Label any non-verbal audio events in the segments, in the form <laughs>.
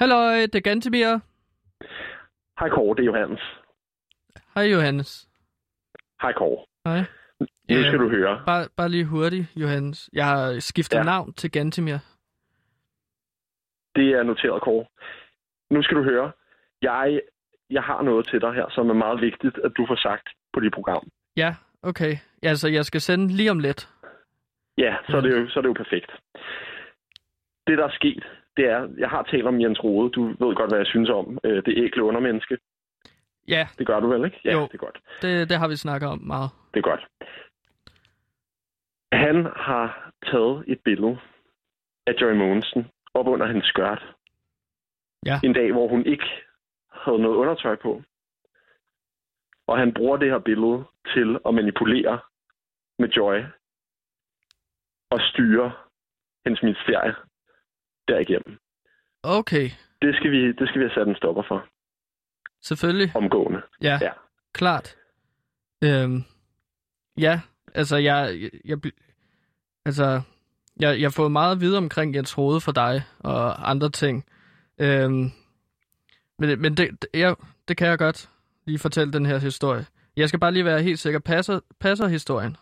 Hallo, det er Gantemir. Hej Kåre, det er Johannes. Hej Johannes. Hej Kåre. Hej. Nu Øh, skal du høre. Bare, bare lige hurtigt, Johannes. Jeg har skiftet ja. Ja. navn til Gantemir. Det er noteret, Kåre. Nu skal du høre. Jeg, jeg har noget til dig her, som er meget vigtigt, at du får sagt på dit program. Ja, okay. Altså, jeg skal sende lige om lidt. Ja, så er det jo, så er det jo perfekt. Det, der er sket, det er, jeg har talt om Jens Rode. Du ved godt, hvad jeg synes om. Øh, Det ægle undermenneske. Ja, Det gør du vel, ikke? Ja, Jo. det er godt. det, det har vi snakket om meget. Det er godt. Han har taget et billede af Joy Mogensen op under hendes skørt. Ja. En dag, hvor hun ikke havde noget undertøj på. Og han bruger det her billede til at manipulere med Joy og styre hendes ministerie derigennem. Okay, Det skal, vi, det skal vi have sat en stopper for selvfølgelig. omgående. Ja, ja. Ja. klart. Øhm, ja, altså jeg, jeg, jeg bl- altså jeg, jeg har fået meget at vide omkring Jens Rode fra dig og andre ting. Øhm, men men det, det, jeg, det kan jeg godt lige fortælle den her historie. Jeg skal bare lige være helt sikker. Passer, passer historien?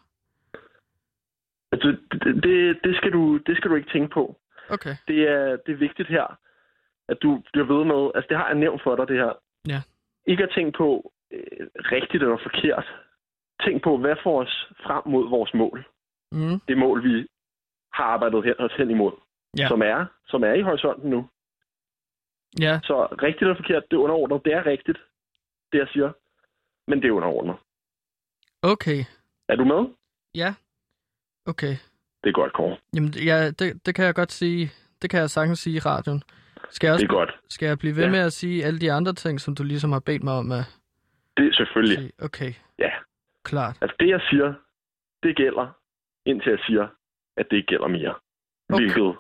Altså, det, det, det, skal du, det skal du ikke tænke på. Okay. det er, det er vigtigt her, at du bliver ved med, altså det har jeg nævnt for dig, det her. Ja. Ikke at tænke på øh, rigtigt eller forkert. Tænk på, hvad får os frem mod vores mål. Mm, Det mål, vi har arbejdet hen, os hen imod. Ja. Som, er, som er i horisonten nu. ja, Så rigtigt eller forkert, det er underordnet. Det er rigtigt, det jeg siger. Men det er underordnet. okay. Er du med? Ja, okay. Det er godt, Kåre. Jamen, ja, det, det kan jeg godt sige. Det kan jeg sagtens sige i radioen. Skal jeg Det også er godt. Skal jeg blive ved ja. Ja. med at sige alle de andre ting, som du ligesom har bedt mig om at Det er selvfølgelig. sige? Okay, Ja. klart. Altså det, jeg siger, det gælder, indtil jeg siger, at det ikke gælder mere. Okay. Okay. Hvilket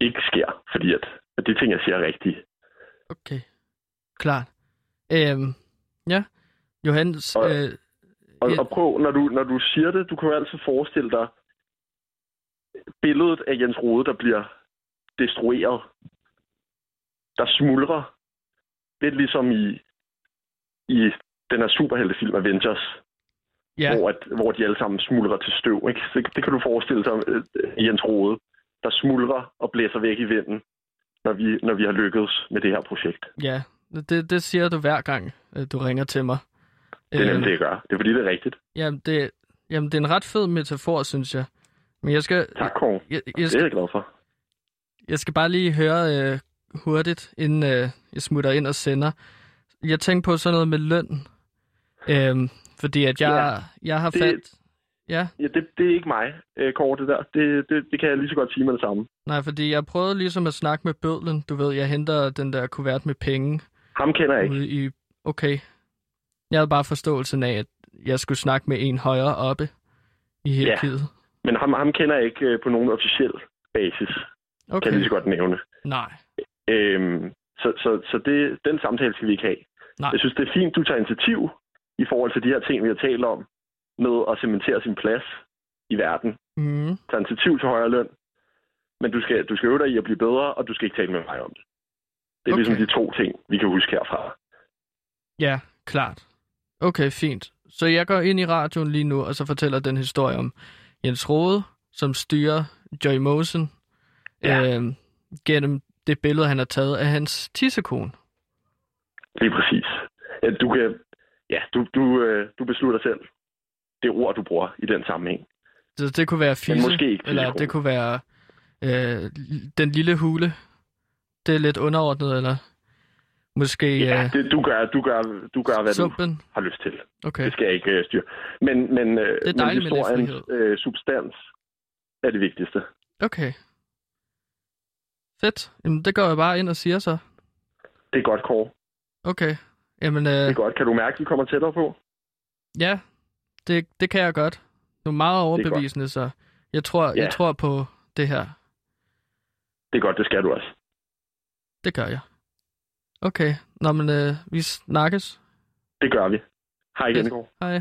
ikke sker, fordi at, at de ting, jeg siger, er rigtige. Okay, klart. Øhm, ja, Johannes, Og- øh, Og, Ja. og prøv, når du, når du siger det, du kan jo altid forestille dig billedet af Jens Rode, der bliver destrueret. Der smuldrer. Lidt ligesom i, i den her superheltefilm Avengers, ja. ja, hvor, at, hvor de alle sammen smuldrer til støv. Ikke? Så det kan du forestille dig, øh, Jens Rode, der smuldrer og blæser væk i vinden, når vi, når vi har lykkedes med det her projekt. ja, det, det siger du hver gang, øh, du ringer til mig. Øhm, Det er nemlig det, jeg gør. Det er fordi, det er rigtigt. jamen, det, jamen, det er en ret fed metafor, synes jeg. Men jeg skal, Tak, Kåre. jeg, jeg, Det er skal, jeg glad for. jeg skal bare lige høre øh, hurtigt, inden øh, jeg smutter ind og sender. Jeg tænkte på sådan noget med løn. Øhm, fordi at jeg, jeg har Det- fat... Ja. Ja, det, det er ikke mig, øh, Kåre, det der. Det, det, det kan jeg lige så godt sige med det samme. Nej, fordi jeg prøvede ligesom at snakke med bødlen. Du ved, jeg henter den der kuvert med penge Ham kender jeg ikke. ude i... Okay. Jeg havde bare forståelsen af, at jeg skulle snakke med en højere oppe i hierarkiet. Men ham, ham kender jeg ikke øh, på nogen officiel basis, Ja. kan jeg lige Okay. så godt nævne. Nej. Øhm, så så, så det, den samtale skal vi ikke have. Nej. Jeg synes, det er fint, du tager initiativ i forhold til de her ting, vi har talt om, med at cementere sin plads i verden. Mm. Tag initiativ til højere løn, men du skal, du skal øve dig i at blive bedre, og du skal ikke tale med mig om det. Det Okay. er okay. ligesom de to ting, vi kan huske herfra. Ja, klart. Okay, fint. Så jeg går ind i radioen lige nu, og så fortæller den historie om Jens Rode, som styrer Joy Mosen Ja. øh, gennem det billede, han har taget af hans tissekone. Lige præcis. Ja, Du, kan, ja, du, du, øh, du beslutter selv det ord, du bruger i den sammenhæng. Så det kunne være fisse, måske ikke eller fisse. det kunne være øh, den lille hule. Det er lidt underordnet, eller måske Ja, øh, det, du, gør, du, gør, du gør, hvad du sumpen. har lyst til. Okay, Det skal jeg ikke øh, styre. Men, men, øh, Det er men dejligt med lidt historiens øh, substans er det vigtigste. okay. Fedt. Jamen, det går jeg bare ind og siger så. Det er godt, Kåre. Okay. Jamen, Det er øh, godt. Kan du mærke, at vi kommer tættere på? ja, det, det kan jeg godt. Du er meget godt. overbevisende, så jeg tror, Ja. jeg tror på det her. Det er godt, det skal du også. Det gør jeg. Okay, nå, men øh, vi snakkes. Det gør vi. Hej igen, Fedt. Kåre. Hej.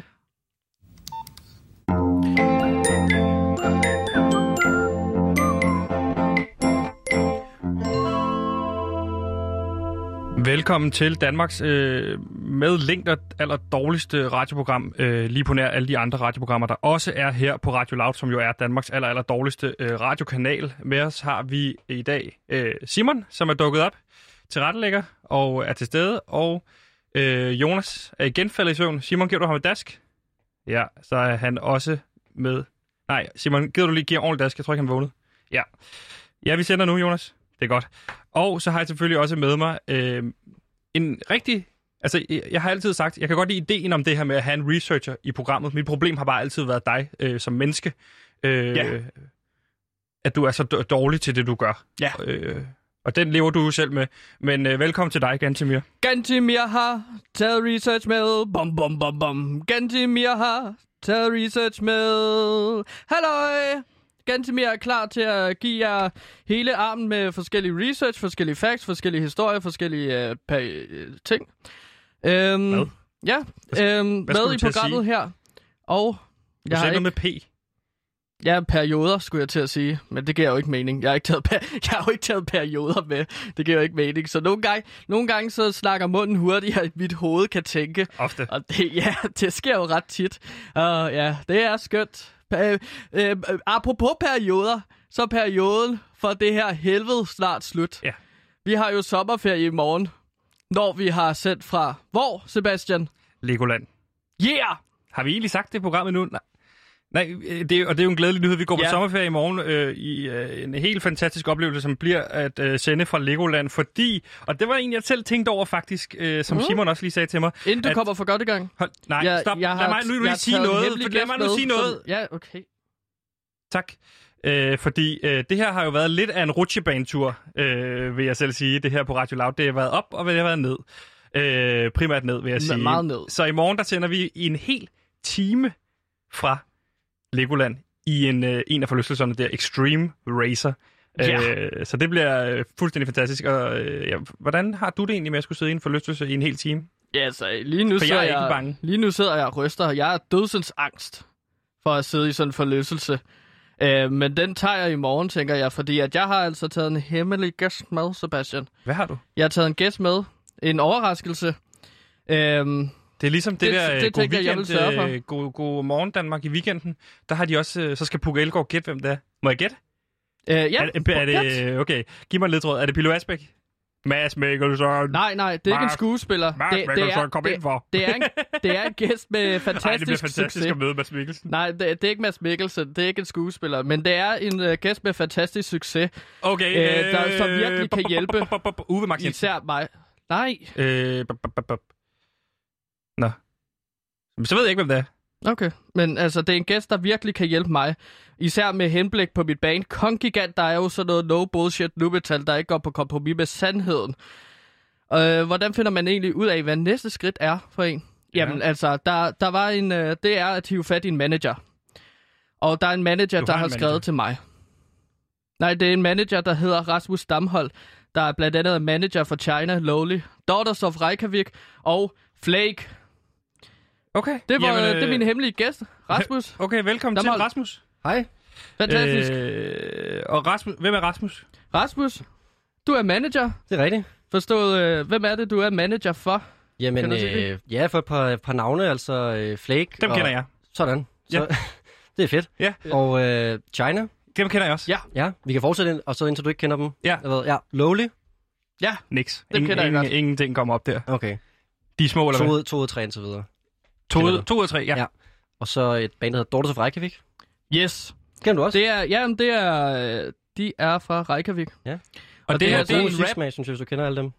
Velkommen til Danmarks øh, med længder aller dårligste radioprogram, øh, lige på nær alle de andre radioprogrammer, der også er her på Radio Loud, som jo er Danmarks aller, aller dårligste øh, radiokanal. Med os har vi i dag øh, Simon, som er dukket op til rettelægger og er til stede, og øh, Jonas er igen faldet i søvn. Simon, giver du ham et dask? Ja, så er han også med. Nej, Simon, gider du lige give ham ordentligt dask? Jeg tror ikke, han vågnede. Ja. Ja, vi sender nu, Jonas. Det er godt. Og så har jeg selvfølgelig også med mig øh, en rigtig... Altså, jeg- jeg har altid sagt, jeg kan godt lide ideen om det her med at have en researcher i programmet. Mit problem har bare altid været dig øh, som menneske. Øh, Ja. At du er så d- dårlig til det, du gør. Ja. Øh, og den lever du jo selv med. Men øh, velkommen til dig, Gantemir. Gantimir har taget research med. Bom, bom, bom, bom. Gantimir har taget research med. Halløj! Gantimir er klar til at give jer hele armen med forskellige research, forskellige facts, forskellige historier, forskellige øh, pa- øh, ting. Øhm, Hvad? Ja, øhm, skulle med i du til at programmet her. Og Du jeg har sagde ikke, noget med P. ja, perioder, skulle jeg til at sige, men det giver jo ikke mening. Jeg har ikke taget, per- <laughs> jeg har jo ikke taget perioder med. Det giver jo ikke mening. Så nogle gange, nogle gange så snakker munden hurtigere, end mit hoved kan tænke. Ofte. Og det, <laughs> ja, det sker jo ret tit. Og ja, det er skønt. Øh, øh, apropos perioder, så er perioden for det her helvede snart slut. Ja. Vi har jo sommerferie i morgen, når vi har sendt fra hvor, Sebastian? Legoland. Yeah! Har vi egentlig sagt det i programmet nu? Nej. Nej, øh, det er, og det er jo en glædelig nyhed. Vi går på Ja. sommerferie i morgen øh, i øh, en helt fantastisk oplevelse, som bliver at øh, sende fra Legoland, fordi, og det var en, jeg selv tænkte over faktisk, øh, som mm. Simon også lige sagde til mig. Inden du at- kommer for godt i gang. Hold, nej, ja, stop. Jeg lad mig nu lige jeg har sige taget en noget. hemmelig Lad gæst mig nu med, sige noget. Som, ja, okay. Tak. Øh, fordi øh, det her har jo været lidt af en rutsjebanetur, øh, vil jeg selv sige. Det her på Radio Loud, det har været op, og det har været ned. Øh, primært ned, vil jeg Me- sige. meget ned. Så i morgen, der sender vi i en hel time fra Legoland i en, øh, en af forlystelserne der, Extreme Racer. Ja. Øh, så det bliver øh, fuldstændig fantastisk. Og, øh, ja, hvordan har du det egentlig med at skulle sidde i en forlystelse i en hel time? Ja, altså, lige nu, For jeg sidder er ikke bange. Lige nu sidder jeg og ryster, og jeg er dødsens angst for at sidde i sådan en forløselse. Øh, men den tager jeg i morgen, tænker jeg, fordi at jeg har altså taget en hemmelig gæst med, Sebastian. Hvad har du? Jeg har taget en gæst med. En overraskelse. Øhm, Det er ligesom det, Det- det der det tænker det, god, jeg, weekend, jeg vil sørge for. øh, god, god morgen Danmark i weekenden. Der har de også, øh, så skal Puk Elgård gætte, hvem det er. Må jeg gætte? øh, ja, er, er, er gæt. det, okay, giv mig lidt råd. Er det Pilo Asbæk? Mads Mikkelsen. Nej, nej, det er ikke en Mark- skuespiller. Mads det, det, Mikkelsen, er, kom ind det, for. det, er en, det er en gæst med fantastisk <laughs> Ej, det bliver fantastisk succes. at møde Mads Mikkelsen. Nej, det, det er ikke Mads Mikkelsen, det er ikke en skuespiller, men det er en uh, gæst med fantastisk succes, Okay. Øh, der så virkelig kan bop, bop, hjælpe. bop, bop, bop, bop. Uwe Max Jensen. især mig. Nej, Øh, bop, bop, bop, bop. Nå. Men Så ved jeg ikke, hvem det er. okay. Men altså, det er en gæst, der virkelig kan hjælpe mig, især med henblik på mit band. Kongigant, der er jo sådan noget no bullshit nu metal, der ikke går på kompromis med sandheden. Øh, hvordan finder man egentlig ud af, hvad næste skridt er for en? Jamen Ja. altså, der, der var en, øh, det er at hive fat i en manager. Og der er en manager, Du der har har, en manager. skrevet til mig. Nej, det er en manager, der hedder Rasmus Damhold, der er blandt andet manager for China, Lowly, Daughters of Reykjavik og Flake. Okay. Det var Jamen, øh, Jamen, det er min hemmelige gæst, Rasmus. Okay, velkommen Der til må- Rasmus. Hej. Fantastisk. Øh... Øh, og Rasmus, hvem er Rasmus? Rasmus, du er manager. Det er rigtigt. Forstået, øh, hvem er det, du er manager for? Kender Jamen, du til det? øh, ja, for et par, par navne, altså øh, Flake. Dem og, kender jeg. Sådan. Så, ja. <laughs> det er fedt. Ja. Og øh, China. Dem kender jeg også. Ja. Ja, vi kan fortsætte, ind, og så indtil du ikke kender dem. Ja. Jeg ved, ja. Lowly. Ja, Niks. Dem Ingen, kender jeg ingen, godt. ingenting kommer op der. Okay. De er små, eller To, hvad? ud- to ud af tre indtil videre. To, kender ud- du. to ud af tre, ja. Ja. Og så et band, der hedder Daughters of Reykjavik. yes. Kender du også? Det er, jamen, det er, øh, de er fra Reykjavik. Og, Og det, det her, er det er god en rap. musiksmag, synes jeg, hvis du kender alle dem.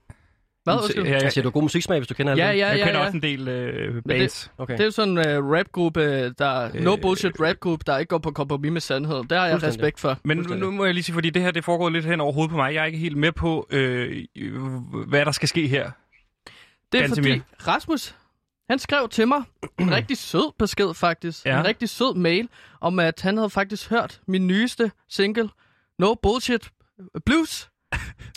Hvad, undskyld? Ja, Ja, ja. Jeg siger, du er god musiksmag, hvis du kender alle ja, dem. ja, Jeg ja. kender ja. også en del øh, bands. Okay. Det er jo sådan en uh, rapgruppe, der øh, no Øh, bullshit rapgruppe, der ikke går på kompromis med sandheden. Det har jeg Fuldstændig. respekt for. Men nu, Fuldstændig. nu må jeg lige sige, fordi det her det foregår lidt hen over hovedet på mig. Jeg er ikke helt med på, øh, øh, hvad der skal ske her. Det er Gantemir. fordi Rasmus, han skrev til mig en rigtig sød besked faktisk. Ja. Ja. En rigtig sød mail om, at han havde faktisk hørt min nyeste single, No Bullshit Blues.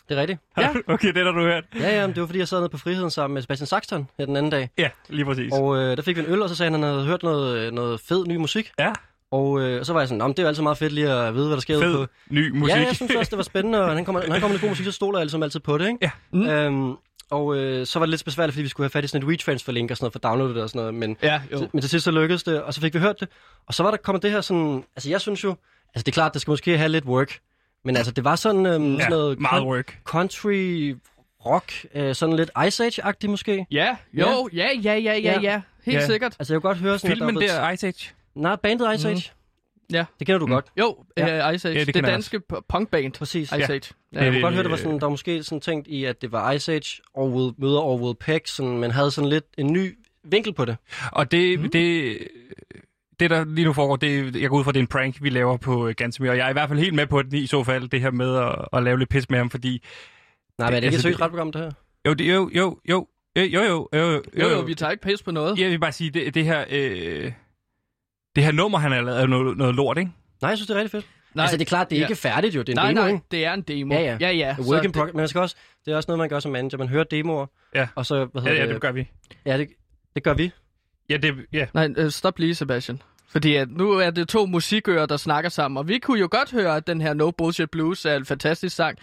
Det er rigtigt. Ja. <laughs> okay, det har du hørt. Ja, ja, men det var fordi, jeg sad nede på friheden sammen med Sebastian Saxton her den anden dag. Ja, lige præcis. Og... Og øh, der fik vi en øl, og så sagde han, at han havde hørt noget, øh, noget fed ny musik. Ja, Og, øh, og så var jeg sådan, "Nå, men det er jo altid meget fedt lige at vide, hvad der sker ude fed på ny musik. Mm. Ja, jeg synes også, det var spændende, og når han kommer, når han kommer med god musik, så stoler jeg ligesom altid på det, ikke? Ja. Øhm, Og øh, så var det lidt besværligt, fordi vi skulle have fat i sådan et retransfer-link og sådan noget for at downloade det og sådan noget. Men, Ja, så, men til sidst så lykkedes det, og så fik vi hørt det. Og så var der kommet det her sådan... Altså jeg synes jo... Altså det er klart, det skal måske have lidt work. Men altså det var sådan, øhm, <laughs> ja, Ja, sådan noget meget con- work. country rock, øh, sådan lidt Ice Age-agtigt måske. Ja, jo, ja, ja, ja, ja, Ja. ja. Helt Ja. sikkert. Altså jeg kunne godt høre sådan... at Filmen var blevet- der, Ice Age. Nej, bandet Ice Age. Ja. Det kender du Mm. godt. Jo, ja. Ice Age. Ja, det, det det kender jeg danske p- punkband Præcis. Ice Ja. Age. Ja, Ja. Jeg kunne godt høre, Øh, der var sådan, der var måske sådan tænkt i, at det var Ice Age, Orwell, møder Orwell Peck, sådan, men havde sådan lidt en ny vinkel på det. Og det, mm. det, det, der lige nu foregår, det, jeg går ud fra, det er en prank, vi laver på øh, Gantemir. Og jeg er i hvert fald helt med på den i så fald, det her med at, at lave lidt pis med ham, fordi... Nej, men er det ikke altså, et seriøst det- retprogram, det her? Jo, det, jo, jo, jo, øh, jo, jo, jo, jo, Jo, jo, vi tager ikke pis på noget. Jeg vil bare sige, det, det her... Øh, det her nummer, han har lavet, er noget, noget lort, ikke? Nej, jeg synes, det er rigtig fedt. Nej, altså, det er klart, det er Ja. ikke færdigt jo, det er en nej, demo, nej, ikke? det er en demo. Ja, ja. ja, ja. A work så in progress, men man skal også, det er også noget, man gør som manager. Man hører demoer, Ja. og så, hvad Ja, hedder ja, det gør vi. ja det, det gør vi. Ja, det, ja. Nej, øh, stop lige, Sebastian. Fordi at nu er det to musikører, der snakker sammen, og vi kunne jo godt høre, at den her No Bullshit Blues er en fantastisk sang.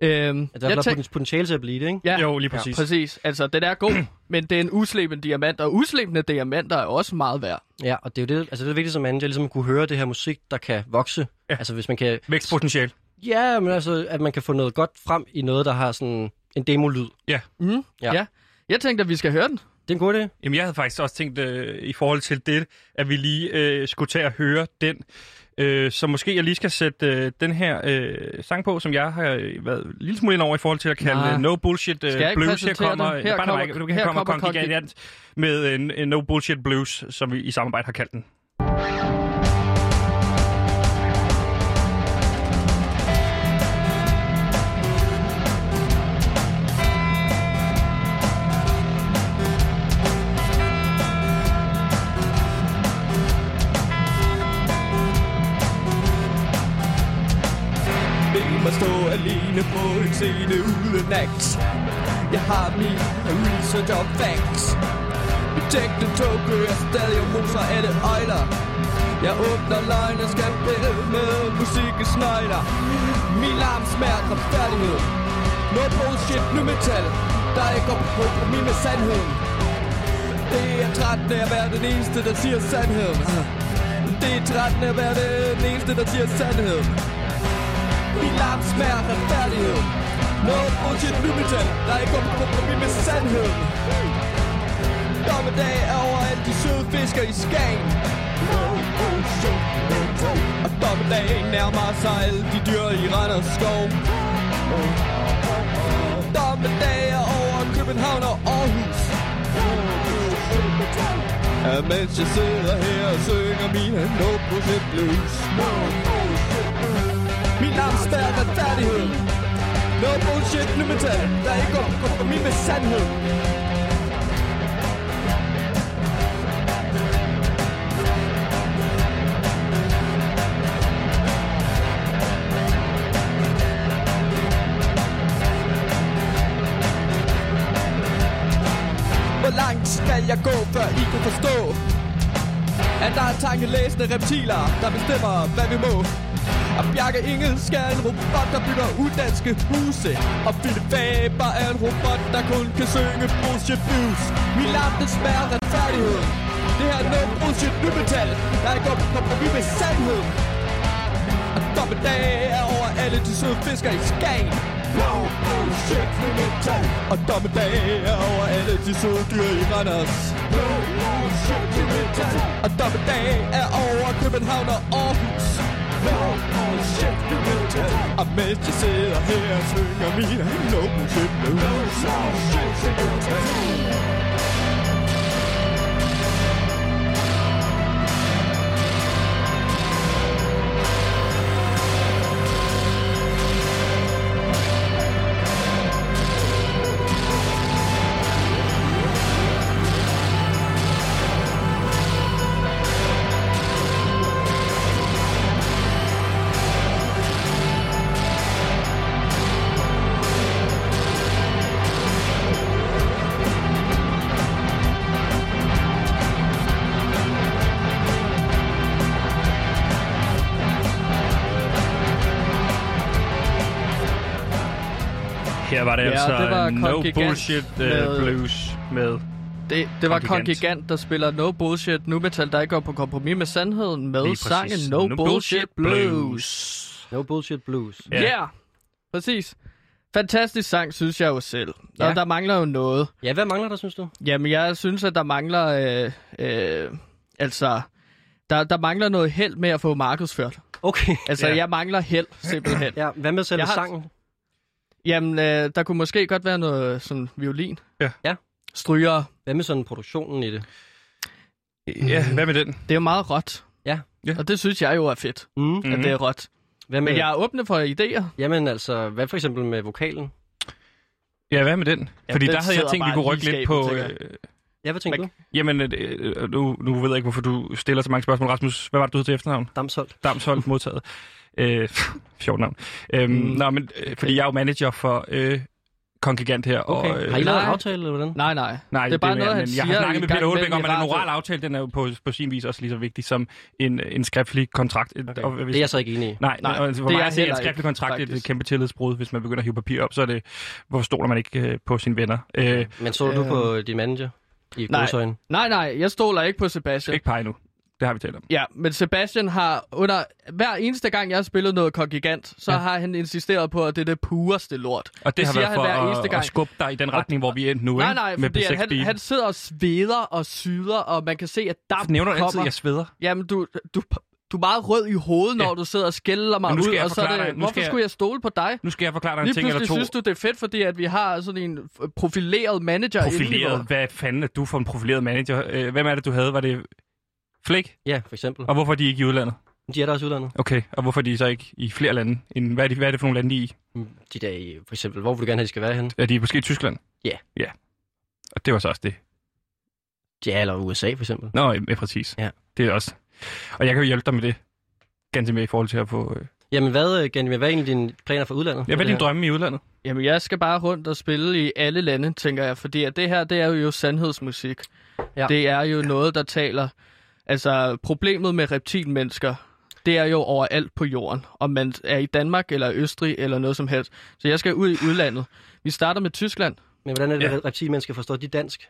Øhm, At der er tænk... potentiale til at blive det, ikke? ja, Jo, lige præcis. præcis. Altså, den er god, <clears throat> men det er en usleben diamant, og uslebende diamanter er også meget værd. Ja, og det er jo det, altså det er vigtigt som manager, ligesom at kunne høre det her musik, der kan vokse. Ja. Altså hvis man kan, Vækstpotentiale. ja, men altså, at man kan få noget godt frem i noget, der har sådan en Mm, demolyd. Ja. ja. ja. Jeg tænkte, at vi skal høre den. Det er en god idé. Jamen, jeg havde faktisk også tænkt øh, i forhold til det, at vi lige øh, skulle tage og høre den. Øh, så måske jeg lige skal sætte øh, den her øh, sang på, som jeg har øh, været en lille smule ind over i forhold til at kalde Nej. øh, No Bullshit øh, Skal jeg ikke Blues. Her præsentere kommer, den? her kommer, her kommer, her kommer Kong Kong Gigant med en, en No Bullshit Blues, som vi i samarbejde har kaldt den. ved mig stå alene på en scene uden acts Jeg har min research og facts Mit tægte tog kører stadig og moser alle øjler Jeg åbner løgne, skal binde med musikkens nøgler Min larm smager retfærdighed No bullshit, nu metal Der ikke går på kompromis med sandheden Det er trættende at være den eneste, der siger sandheden Det er trættende at være den eneste, der siger sandheden min larm smager af retfærdighed No bullshit nu metal Der ikke går på kompromis med sandheden Dommedag er over alle de søde fisker i Skagen Og dommedag nærmer sig alle de dyr i Randers skov Dommedag er over København og Aarhus Ja, mens jeg sidder her og synger mine no bullshit blues No bullshit blues min larm spærrer retfærdighed No bullshit, nu metal Der ikke går på kompromis med sandhed Hvor langt skal jeg gå, før I kan forstå At der er tankelæsende reptiler Der bestemmer, hvad vi må og Bjarke Ingel skal en robot, der bygger uddanske huse Og Philip Faber er en robot, der kun kan synge bullshit blues Min larm, den smager retfærdighed Det her er noget bullshit nymetal Der er gået på kompromis med sandheden Og dommedag er over alle de søde fisker i Skagen No bullshit nymetal Og dommedag er over alle de søde dyr i Randers No bullshit nymetal Og dommedag er over København og Aarhus No bullshit nymetal Og mens jeg sidder her og synger mine No bullshit nymetal No bullshit nymetal Her var det Ja, altså det var No Kongigant Bullshit uh, med- Blues med... Det, det var Kongigant. Kong Gigant, der spiller No Bullshit Nu Metal, der ikke går på kompromis med sandheden med Lige præcis. sangen No, No Bullshit Bullshit Blues. Blues. No bullshit blues. Ja, yeah. præcis. Fantastisk sang, synes jeg jo selv. Ja. Ja. Og der mangler jo noget. Ja, hvad mangler der, synes du? Jamen, jeg synes, at der mangler... Øh, øh, altså, der, der mangler noget held med at få markedsført. Okay. Altså, Ja. jeg mangler held, simpelthen. <clears throat> Ja, hvad med selve Jeg har- sangen? Jamen, øh, der kunne måske godt være noget sådan violin. Ja. Ja. Stryger. Hvad med sådan produktionen i det? Ja, hvad med den? Det er jo meget råt. Ja. Ja. Mhm. Og det synes jeg jo er fedt, Mm. mm. at det er råt. Hvad med, Men jeg er åbne for idéer. Jamen altså, hvad for eksempel med vokalen? Ja, hvad med den? Ja, Fordi den der havde jeg sidder tænkt, vi bare kunne lige rykke i lidt skabet, på... tænker jeg. Øh, Ja, hvad tænker Man- du? jamen, øh, øh, nu, nu ved jeg ikke, hvorfor du stiller så mange spørgsmål, Rasmus. Hvad var det, du hed til efternavn? Damsholdt. Damsholdt modtaget. <laughs> Øh, <laughs> sjovt navn. Øhm, mm. Nå, men øh, fordi jeg er jo manager for øh, Kongigant her. Okay. Og, øh, Har I lavet en nej. aftale, eller hvordan? Nej, nej. Nej, det er bare mener noget, jeg, han men siger. Jeg har snakket med Peter Olbæk om, at den orale oral aftale, den er jo på, på sin vis også lige så vigtig som en, en skriftlig kontrakt. Okay. Og, hvis, Det er jeg så ikke enig i. Nej, Nej, nej, altså, for det er mig jeg at se, heller en ikke, skriftlig kontrakt er et faktisk. kæmpe tillidsbrud. Hvis man begynder at hive papir op, så er det, hvor stoler man ikke øh, på sine venner? Øh, Men så du Øh. på din manager i Nej. godsøjne? Nej, nej, jeg stoler ikke på Sebastian. ikke pege nu. Det har vi talt om. Ja, men Sebastian har under... Hver eneste gang, jeg har spillet noget kongigant, så ja. har han insisteret på, at det er det pureste lort. Og det, har siger været han hver for eneste at, at gang. skubbe dig i den retning, hvor vi er endt nu. Nej, ikke? nej, med fordi at han, B6-bilen. han sidder og sveder og syder, og man kan se, at damp nævner du kommer. altid, at jeg sveder. Jamen, du, du, du er meget rød i hovedet, når Ja. du sidder og skælder mig Men nu skal ud, jeg og så er forklare det, dig- nu hvorfor skal jeg- skulle jeg stole på dig? Nu skal jeg forklare dig en Lige ting eller pludselig to. synes du, det er fedt, fordi at vi har sådan en profileret manager. inde i profileret. vores- Hvad fanden er du for en profileret manager? Øh, Hvem er det, du havde? Var det Flake? Ja, for eksempel. Og hvorfor er de ikke i udlandet? De er der også i udlandet. Okay, og hvorfor er de så ikke i flere lande? End, hvad, er de, hvad er det for nogle lande, de er i? Mm. De der i, for eksempel, hvor vil du gerne have, de skal være henne? Er de måske i Tyskland? Ja. Ja. Og det var så også det. Ja, eller USA for eksempel. Nå, ja, præcis. Ja. Det er også. Og jeg kan jo hjælpe dig med det. Ganske mere i forhold til at få... Øh... Jamen hvad, Ganymede, hvad er egentlig dine planer for udlandet? Ja, hvad er din dine drømme i udlandet? Jamen, jeg skal bare rundt og spille i alle lande, tænker jeg, fordi at det her, det er jo sandhedsmusik. Ja. Ja. Det er jo noget, der taler... Altså, problemet med reptilmennesker, det er jo overalt på jorden, om man er i Danmark eller Østrig eller noget som helst. Så jeg skal ud i udlandet. Vi starter med Tyskland. Men hvordan er det, Ja. ja. reptilmennesker forstår de dansk?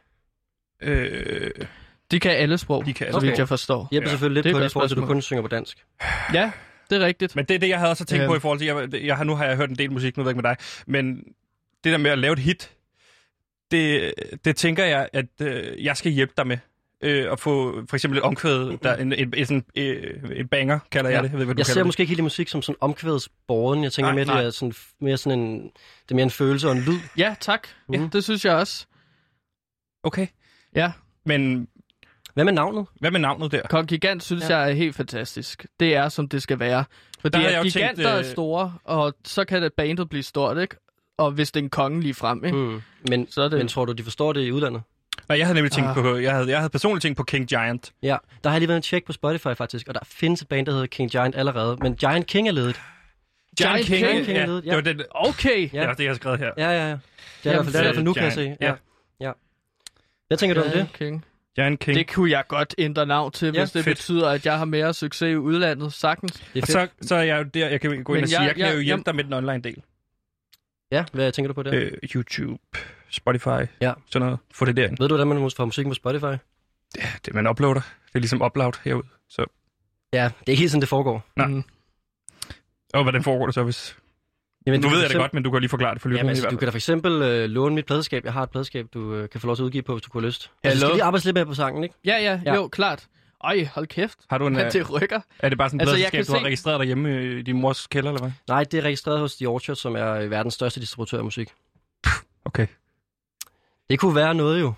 Øh, De kan alle sprog, De kan så alle vidt sprog. jeg forstår. Jeppe ja, Ja, selvfølgelig det er lidt på et godt det, i forhold til, at du spørgsmål. kun synger på dansk. Ja, det er rigtigt. men det er det, jeg havde også tænkt Øhm. på i forhold til... Jeg, jeg har, nu har jeg hørt en del musik, nu ved jeg ikke med dig. Men det der med at lave et hit, det, det tænker jeg, at øh, jeg skal hjælpe dig med. Øh, at få for eksempel et omkvæd, der, en, en, en, sådan, øh, en banger, kalder ja. jeg Ja. det. Jeg ved, hvad du Jeg kalder ser det. måske ikke helt i musik som sådan omkvædsborgen. Jeg tænker Nej, mere, nej. det er sådan, mere sådan en, det er mere en følelse og en lyd. Ja, tak. Mhm. Ja, det synes jeg også. Okay. Ja, Men Hvad med navnet? hvad med navnet der? Kong Gigant synes Ja. jeg er helt fantastisk. Det er, som det skal være. Fordi Der havde at jeg jo tænkt, giganter tænkt, er øh, store, og så kan det bandet blive stort, ikke? Og hvis det er en konge lige frem, ikke? Mm. Men, Så er det- men tror du, de forstår det i udlandet? Nej, jeg havde nemlig tænkt Ah. på... Jeg havde, jeg havde personligt tænkt på King Giant. Ja, der har lige været en check på Spotify faktisk, og der findes et band, der hedder King Giant allerede, men Giant King er ledet. Giant King, Giant King ja, ledet, ja. Det var den, Okay! ja. Ja. det, er det, jeg har skrevet her. Ja, ja, ja. Det er i Jamen, hvert fald, det er i hvert fald nu, kan jeg Giant, se. ja. Ja. ja. Hvad tænker du om det? King. Giant King. Det kunne jeg godt ændre navn til, Ja, hvis det fedt. betyder, at jeg har mere succes i udlandet. Sagtens. Det er Og fedt. så, så er jeg jo der, jeg kan gå ind Men og sige, jeg- jeg, jeg kan jeg- jo hjælpe jeg- dig med den online del. Ja, hvad tænker du på det? Øh, YouTube, Spotify, Ja. sådan noget. Få det derind. Ved du, hvordan man får musikken på Spotify? Ja, det man uploader. Det er ligesom upload herude. Så, Ja, det er ikke helt sådan, det foregår. Nej. Mm. og hvordan foregår det så, hvis... Jamen, du kan ved for jeg det godt, men du kan lige forklare det for Jamen, lytterne i altså, hvert du fald. kan da for eksempel øh, låne mit pladeskab. Jeg har et pladeskab, du øh, kan få lov til at udgive på, hvis du kunne have lyst. Altså, Hallo? skal lige arbejde lidt mere på sangen, ikke? Ja, ja, Ja. ja, jo, klart. Øj, hold kæft. Har du en, Men øh, det rykker. er det bare sådan et Altså, altså, jeg kan pladeskab, du har se- registreret derhjemme i din mors kælder, eller hvad? Nej, det er registreret hos The Orchard, som er øh, verdens største distributør af musik. Okay. Det kunne være noget jo.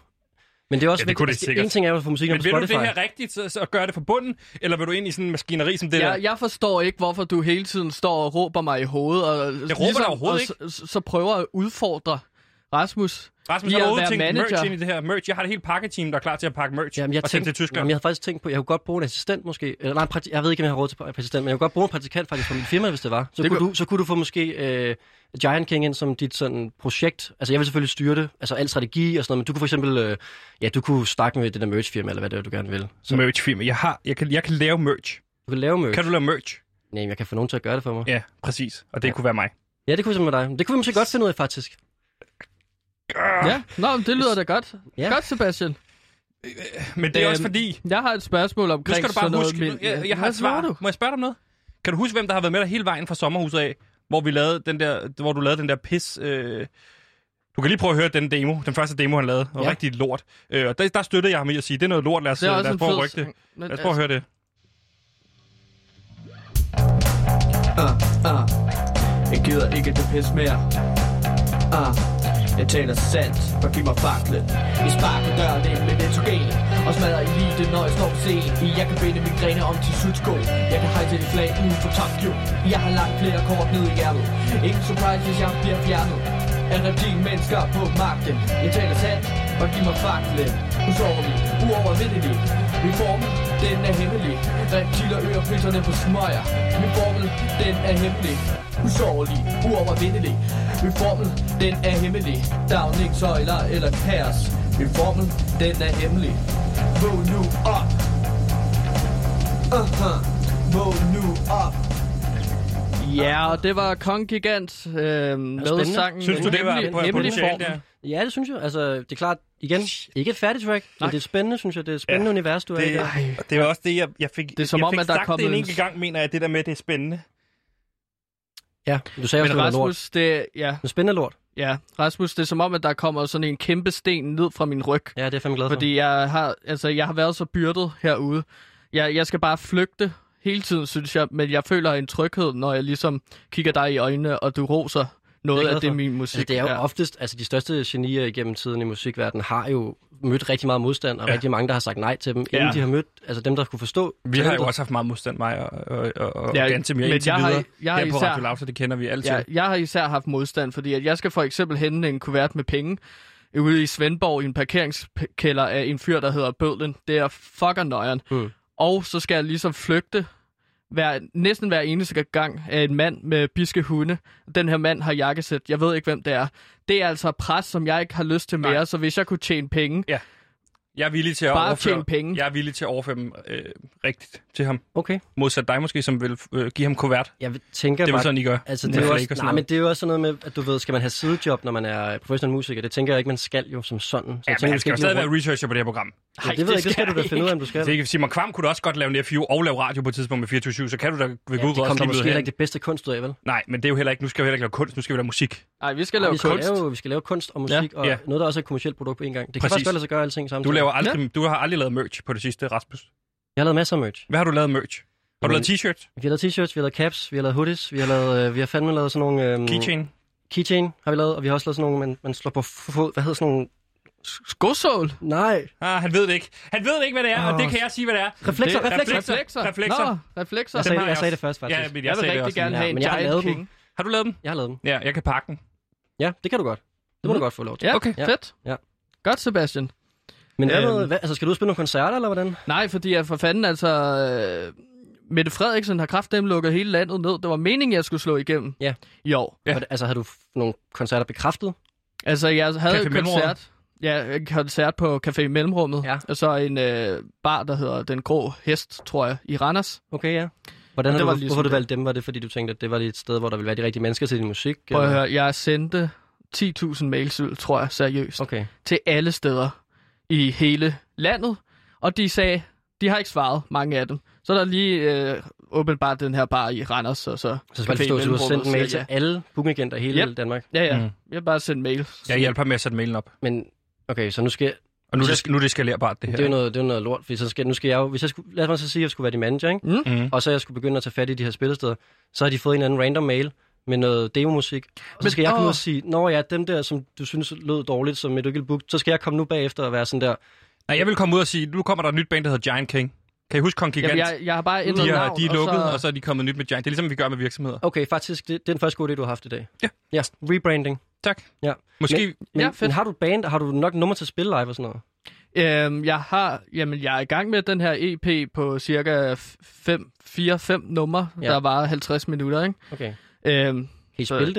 Men det er også Ja, det kunne det vigtigt. sikkert. En ting er at få musikken Men på vil du det Spotify. her rigtigt, så, så gør det fra bunden? Eller vil du ind i sådan en maskineri som det der? Jeg, jeg forstår ikke, hvorfor du hele tiden står og råber mig i hovedet. Og, jeg dig overhovedet og, Så, så prøver at udfordre Rasmus. Rasmus, Lige har at du være overtænkt merch manager. ind i det her? Merch, jeg har et helt pakketeam, der er klar til at pakke merch Jamen, jeg og sende til tænkte- Tyskland. Jamen, jeg havde faktisk tænkt på, jeg kunne godt bruge en assistent måske. Eller, nej, en prakti- jeg ved ikke, om jeg har råd til en assistent, men jeg kunne godt bruge en praktikant faktisk fra mit firma, hvis det var. Så, Det det kunne, kunne- du, så kunne du få måske øh, Giant King ind som dit sådan, projekt. Altså, jeg vil selvfølgelig styre det, altså al strategi og sådan noget, men du kunne for eksempel, øh, ja, du kunne snakke med det der merch-firma, eller hvad det er, du gerne vil. Så Så. Merch firma. Jeg, har, jeg, kan, jeg kan lave merch. du kan lave merch. Kan du lave merch? Nej, men jeg kan få nogen til at gøre det for mig. Ja, præcis. Og det Ja. ja. kunne være mig. Ja, det kunne vi simpelthen med dig. Det kunne vi måske godt finde ud af, faktisk. Ja, Nå, men det lyder da godt. Ja. Ja. Godt, Sebastian. Men det er Øhm, også fordi... Jeg har et spørgsmål Nu omkring skal du bare sådan noget. huske... med- Jeg, jeg har Hvad et svar. svarer Du? Må jeg spørge dig om noget? Kan du huske, hvem der har været med dig hele vejen fra sommerhuset af, hvor, vi lavede den der, hvor du lavede den der pis... Øh... Du kan lige prøve at høre den demo, den første demo, han lavede. Det var ja. Ja. rigtig lort. Øh, og der, der støttede jeg ham i at sige, det er noget lort, lad os, øh, Det er også lad os en prøve at fed rykke det. sang. Men Lad os prøve at høre det. Ah, ah. Jeg gider ikke det pis mere. Ah, jeg taler sandt, og giv mig faklen. Vi sparker døren ind med nitrogen, og smadrer elite, når jeg står på scenen. Jeg kan binde mine grene om til sudsko. Jeg kan hejse et flag uden for Tokyo. Jeg har langt flere kort ned i hjertet. Ingen surprise, hvis jeg bliver fjernet. Er reptil mennesker på magten. Jeg taler sandt, og giv mig faklen. Usårlig, uovervindelig. Min formel, den er hemmelig. Reptiler øger priserne på smøger. Min formel, den er hemmelig. Usårlig, uovervindelig. Min formel, den er hemmelig. Downing, søjler eller kaos. Min formel, den er hemmelig. Våg nu op. Uh-huh. Våg nu op. Ja, og det var Kong Gigant øh, med spændende. sang. Synes du, det var på potentiale der? Ja, det synes jeg. Altså, det er klart, igen, ikke et færdigt track, men Nej. det er et spændende, synes jeg. Det er et spændende ja, univers, du er i. Det, der. ej, det var også det, jeg, jeg fik, Det er som jeg om, fik at der er sagt det en kommet en- enkelt gang, mener jeg, det der med, at det er spændende. Ja, du sagde også, Men det var lort. Rasmus, det, ja, Men spændende lort. ja, Rasmus, det er som om, at der kommer sådan en kæmpe sten ned fra min ryg. Ja, det er jeg fandme glad for. Fordi jeg har, altså, jeg har været så byrdet herude. Jeg, jeg skal bare flygte hele tiden, synes jeg. Men jeg føler en tryghed, når jeg ligesom kigger dig i øjnene, og du roser noget glad af det, for. min musik Altså, det er jo er. ja. oftest, altså de største genier igennem tiden i musikverdenen har jo mødt rigtig meget modstand, og Ja. ja. rigtig mange, der har sagt nej til dem, inden Ja. ja. de har mødt, altså dem, der kunne forstå. Vi har jo talentet. også haft meget modstand, mig og, og, og, og ja, Ja, Gantemir men indtil jeg har- videre. jeg har Her på især- Radio Loud, så det kender vi altid. Ja, jeg har især haft modstand, fordi at jeg skal for eksempel hente en kuvert med penge ude i Svendborg i en parkeringskælder af en fyr, der hedder Bødlen. Det er fucker nøjeren. Mm. Og så skal jeg ligesom flygte hver, næsten hver eneste gang af en mand med biske hunde. Den her mand har jakkesæt. Jeg ved ikke, hvem det er. Det er altså pres, som jeg ikke har lyst til mere, Nej. så hvis jeg kunne tjene penge... Jeg er villig til at Bare overføre, tjene penge. Jeg er villig til at overføre dem øh, rigtigt til ham. Okay. Modsat dig måske, som vil øh, give ham kuvert. Jeg tænker Det er bare... vel sådan, I gør. Altså, det Med er jo flake også, og sådan nej, men noget. det er jo også sådan noget med, at du ved, skal man have sidejob, når man er professionel musiker? Det tænker jeg ikke, man skal jo som sådan. Så jeg Ja, tænker, men du han skal jo ikke stadig løbe være researcher på det her program. rundt. Ja, det ved jeg ikke, det skal du da finde ud af, om du skal. Det er ikke, Simon Kvam kunne da også godt lave en F4 og lave radio på et tidspunkt med 24 så kan du da ved ja, Ja, Gud det kom også det lige møde måske heller hen. ikke det bedste kunst ud af, vel? Nej, men det er jo heller ikke, nu skal vi heller ikke lave kunst, nu skal vi lave musik. Nej, Ah, vi skal Ja, lave vi, skal kunst. lave, vi skal lave kunst og musik, Ja, og ja. noget, der også er et kommersielt produkt på en gang. Det kan Præcis. faktisk godt lade sig gøre alting sammen. Du, laver aldrig, du har aldrig lavet merch på det sidste, Rasmus. Jeg har lavet masser af merch. Hvad har du lavet af merch? Har du Jamen- lavet t-shirt? Vi har lavet t-shirts, vi har lavet caps, vi har lavet hoodies, vi har, lavet, øh, vi har fandme lavet sådan nogle... Øhm, Keychain? Keychain har vi lavet, og vi har også lavet sådan nogle, man, man slår på fod. Hvad hedder sådan nogle... Skosål? Nej! Ah, han ved det ikke. Han ved ikke, hvad det er, og det kan jeg sige, hvad det er. Reflekser, Det- reflekser! reflekser. Reflekser. Nå, reflekser. Jeg Dem sagde, har jeg, jeg sagde også. det først, faktisk. Ja, Ja, men jeg, Jeg vil sagde rigtig det også. gerne Ja, have en men jeg har Giant lavet dem. King. Har du lavet dem? Jeg har lavet dem. Ja, jeg kan pakke den. Ja, det kan du godt. Det må du Mhm. godt få lov til. Ja, Okay. okay. Ja. fedt. Ja. Godt, Sebastian. Men hvad, Øhm. med- hvad, altså, skal du ud og spille nogle koncerter, eller hvordan? Nej, fordi jeg for fanden, altså... Øh, Mette Frederiksen har kraftedeme lukket hele landet ned. Det var meningen, jeg skulle slå igennem Ja. i år. Ja. Ja. Altså, havde du f- nogle koncerter bekræftet? Altså, jeg havde Café en Mellemrum. koncert. Ja, en koncert på Café i Mellemrummet. Ja. Og så en øh, bar, der hedder Den Grå Hest, tror jeg, i Randers. Okay, ja. Hvordan det har du, var ligesom ligesom hvorfor du det. valgte dem? Var det, fordi du tænkte, at det var et sted, hvor der ville være de rigtige mennesker til din musik? Prøv at eller? høre, jeg sendte 10.000 mails ud, tror jeg, seriøst. Okay. til alle steder i hele landet, og de sagde, de har ikke svaret, mange af dem. Så er der lige øh, åbenbart den her bar i Randers, og så... Så skal man forstå, at du har sendt en mail til Ja, alle bookingagenter i hele Yep. Danmark. ja. ja. Mm. Mm. Jeg har bare sendt mail. Jeg hjælper ham med at sætte mailen op. Men okay, så nu skal, Og nu, er Så det, nu er det eskalerbart, det her. det er jo noget, det er jo noget lort, fordi så skal, nu skal jeg jo, hvis jeg skulle, lad mig så sige, at jeg skulle være din manager, ikke? Mm. og så jeg skulle begynde at tage fat i de her spillesteder, så har de fået en anden random mail med noget demomusik. Og så Men- skal jeg komme åh. ud og sige, når ja, dem der, som du synes lød dårligt, som et ikke book, så skal jeg komme nu bagefter og være sådan der. Nej, jeg vil komme ud og sige, nu kommer der et nyt band, der hedder Giant King. Kan I huske Kong Gigant? Jamen, jeg, jeg har bare ændret de, er, navn, de er lukket, og så... og så... er de kommet nyt med Giant. Det er ligesom, vi gør med virksomheder. Okay, faktisk, det, det er den første gode idé, du har haft i dag. Ja. ja rebranding. Tak. Ja. Måske... Men, Ja, fedt. men har du et band, og har du nok nummer til at spille live og sådan noget? Øhm, jeg har... Jamen, jeg er i gang med den her EP på cirka 4-5 numre, Ja. ja. der var 50 minutter, ikke? Okay. Øhm, Kan I spille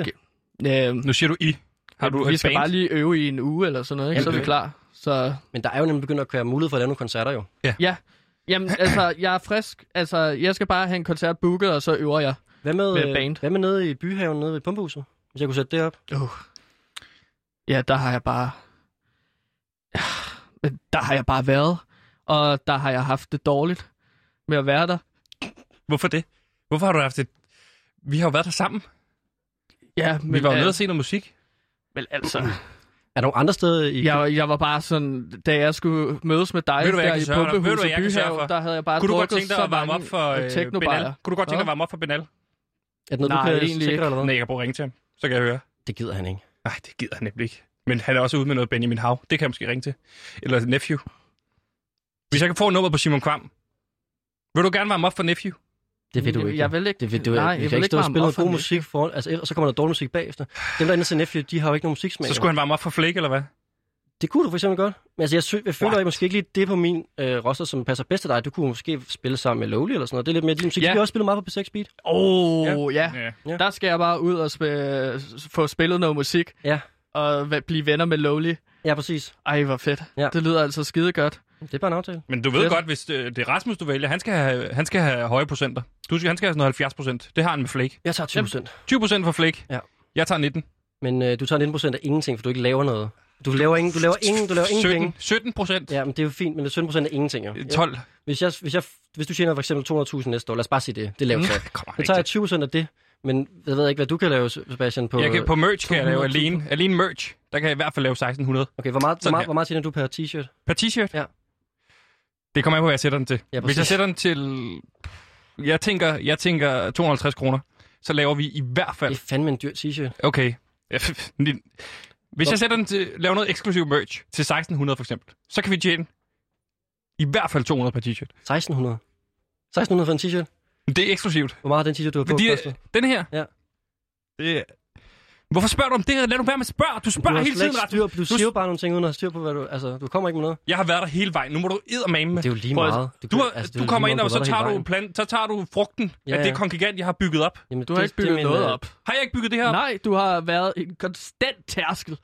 det? Øhm, Nu siger du I. Har du vi et skal band? bare lige øve i en uge eller sådan noget, ikke? Jamen, så er vi det- klar. Så Men der er jo nemlig begyndt at være mulighed for at lave nogle koncerter jo. Ja. <clears throat> Jamen, altså, jeg er frisk. Altså, jeg skal bare have en koncert booket, og så øver jeg. Hvad med, Med øh, band. Hvad med Uh. nede i byhaven, nede ved pumpehuset? Hvis jeg kunne sætte det op. Uh. Ja, der har jeg bare Men der har jeg bare været, og der har jeg haft det dårligt med at være der. Hvorfor det? Hvorfor har du haft det? Vi har jo været der sammen. Ja, men, øh, Vi var jo al- nede og se noget musik. men <clears throat> altså, Er der nogle andre steder i... jeg, jeg var bare sådan, da jeg skulle mødes med dig Ved du, hvad jeg der kan i sørge dig- ved du, Pumpehuset hvad jeg kan sørge for? Byhav, der havde jeg bare Kunne du godt drukket tænke dig så at varme op mange for øh, technobajer. Benal? Kunne du godt tænke Hvad? dig at varme op for Benal? Er det noget, Nej, du kan egentlig sikre ikke. eller hvad? Nej, jeg kan bruge at ringe til ham. Så kan jeg høre. Det gider han ikke. Nej, det gider han nemlig ikke. Men han er også ude med noget Benjamin Hav. Det kan jeg måske ringe til. Eller Nephew. Hvis jeg kan få nummer på Simon Kvam. Vil du gerne varme op for Nephew? Det vil du ikke. Jeg vil ikke. Det vil du Nej, ikke. jeg Vi vil kan ikke ikke stå og varme spille op noget for god den. musik foran, altså, efter- og så kommer der dårlig musik bagefter. Dem, der er inde til Nephew, de har jo ikke nogen musiksmag. Så skulle han varme op for Flake, eller hvad? Det kunne du for eksempel godt. Men altså, jeg, sy- jeg føler What? jeg måske ikke lige det på min øh, roster, som passer bedst til dig. Du kunne måske spille sammen med Lowly eller sådan noget. Det er lidt mere din musik. Ja. Ja. Vi har også spillet meget på P6 Beat. Åh, oh, ja. Ja. Ja. Der skal jeg bare ud og sp- få spillet noget musik. Ja. Og væ- blive venner med Lowly. Ja, præcis. Ej, hvor fedt. Ja. Det lyder altså skide godt. Det er bare en aftale. Men du ved Fedt. godt, hvis øh, det er Rasmus, du vælger, han skal have, han skal have høje procenter. Du skal, han skal have sådan noget 70 procent. Det har han med Flake. Jeg tager 20 procent. 20 procent for Flake. Ja. Jeg tager 19. Men øh, du tager 19 procent af ingenting, for du ikke laver noget. Du laver ingen, du laver <laughs> ingen, du laver ingen 17, penge. 17 procent. Øh, Ja, men det er jo fint, men det er 17 procent af ingenting, jo. Ja. 12. Hvis, jeg, hvis, jeg, hvis du tjener for eksempel 200.000 næste år, lad os bare sige det. Det er lavt <laughs> sat. Kommer Så han tager jeg ikke 20 procent af det, men jeg ved ikke, hvad du kan lave, Sebastian, på... til. jeg kan, på merch kan jeg lave 200.000. alene. Alene merch. Der kan jeg i hvert fald lave 1600. Okay, hvor meget, hvor Sådan meget, her. hvor meget tjener du per t-shirt? Per t-shirt? Ja. Det kommer an på, hvad jeg sætter den til. Ja, Hvis præcis. jeg sætter den til... Jeg tænker, jeg tænker 250 kroner. Så laver vi i hvert Det er fald... fandme en dyr t-shirt. Okay. Hvis jeg sætter den til... Laver noget eksklusiv merch til 1600 for eksempel. Så kan vi tjene i hvert fald 200 per t-shirt. 1600. 1600 for en t-shirt? Men det er eksklusivt. Hvor meget har den t-shirt, du har på? Fordi kostet? den her... Ja. Det er... Hvorfor spørger du om det? Lad nu være med at spørge. Du Du spørger har hele slet tiden, ikke Rasmus. styr, du siger jo bare nogle ting, uden at have styr på, hvad du... Altså, du kommer ikke med noget. Jeg har været der hele vejen. Nu må du eddermame med. Det er jo lige Prøv at- meget. Det, Du, kunne- har, altså, det er du jo kommer lige ind, meget, og hvor så der tager, du hele vejen. øh, øh, øh, altså, altså, altså, øh, altså,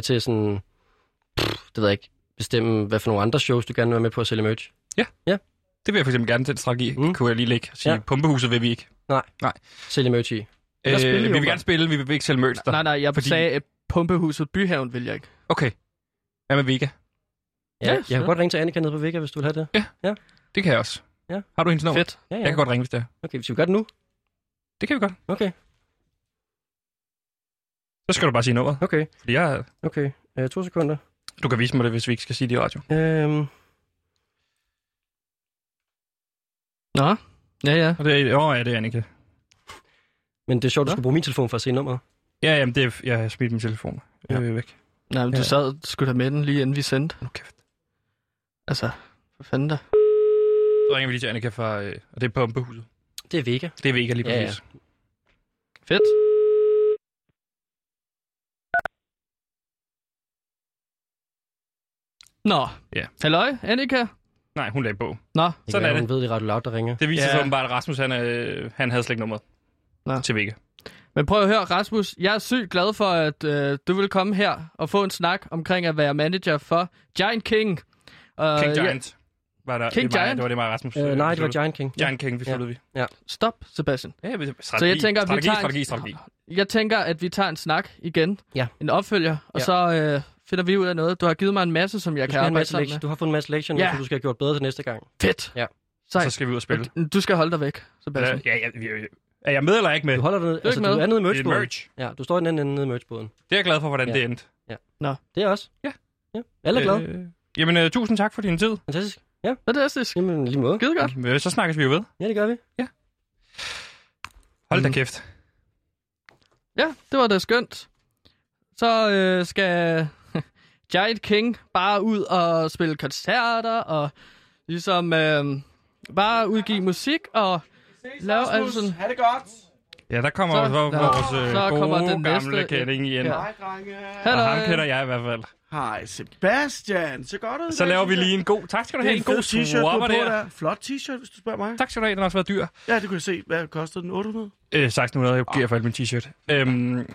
øhm, altså øh, Øh, altså Øh, Øh, Øhm, øh, Altså, øh, Nej, hun lagde på. Nå, Det Sådan Sådan er er det. Hun ved det ret loud, der ringer. Øh, Det viser Ja. ja. sig åbenbart, at Rasmus han, øh, han havde slet ikke nummeret Nå. til Vigga. men prøv at høre, Rasmus. Jeg er sygt glad for, at øh, du vil komme her og få en snak omkring at være manager for Giant King. Og, King Ja, Giant. Var der, King det var, Giant? Det var det, mig og Rasmus. Øh, nej, det var besluttede. Giant King. Ja. Giant King, vi sluttede vi. stop, Sebastian. Ja, vi- Så strategi, jeg tænker, at vi strategi, tager en- strategi, strategi. Jeg tænker, at vi tager en snak igen. Ja. En opfølger. Og Ja. så øh, finder vi ud af noget. Du har givet mig en masse, som jeg Du, kan skal have en arbejde masse sammen lektion. med. du har fået en masse lektier nu, Ja. som du skal have gjort bedre til næste gang. Fedt. Ja. Sej. Så skal vi ud og spille. Du skal holde dig væk, Ja, Sebastian. ja, ja, vi- er jeg med eller ikke med? Du holder dig ned, altså, ikke du med. er nede i Det er et merchboden. merch. Ja, du står i den anden ende nede i merchboden. Det er jeg glad for, hvordan Ja. det endte. Det er også. Ja. ja. Alle er glade. Øh, jamen, øh, tusind tak for din tid. Fantastisk. Fantastisk. Jamen, lige måde. Skide godt. Øh, Så snakkes vi jo ved. Ja, det gør vi. Hold da Mm. kæft. Ja, det var da skønt. Så øh, skal <laughs> Giant King bare ud og spille koncerter og ligesom øh, bare udgive musik og lave alt sådan... Ha' det godt. Ja, der kommer Så- så, vores, der- vores øh, så kommer gode den gamle næste- kending igen. Ja. Ja. Hej, drenge. Og Hallo. ham kender jeg i hvert fald. Hej, Sebastian. Så godt ud. Så laver vi lige en god... Tak skal du det er have. en god t-shirt, du har swapper på der. Flot t-shirt, hvis du spørger mig. Tak skal du have. Den har også været dyr. Ja, det kunne jeg se. Hvad kostede den? 800? Øh, 1600, jeg giver for alt min t-shirt. Øhm,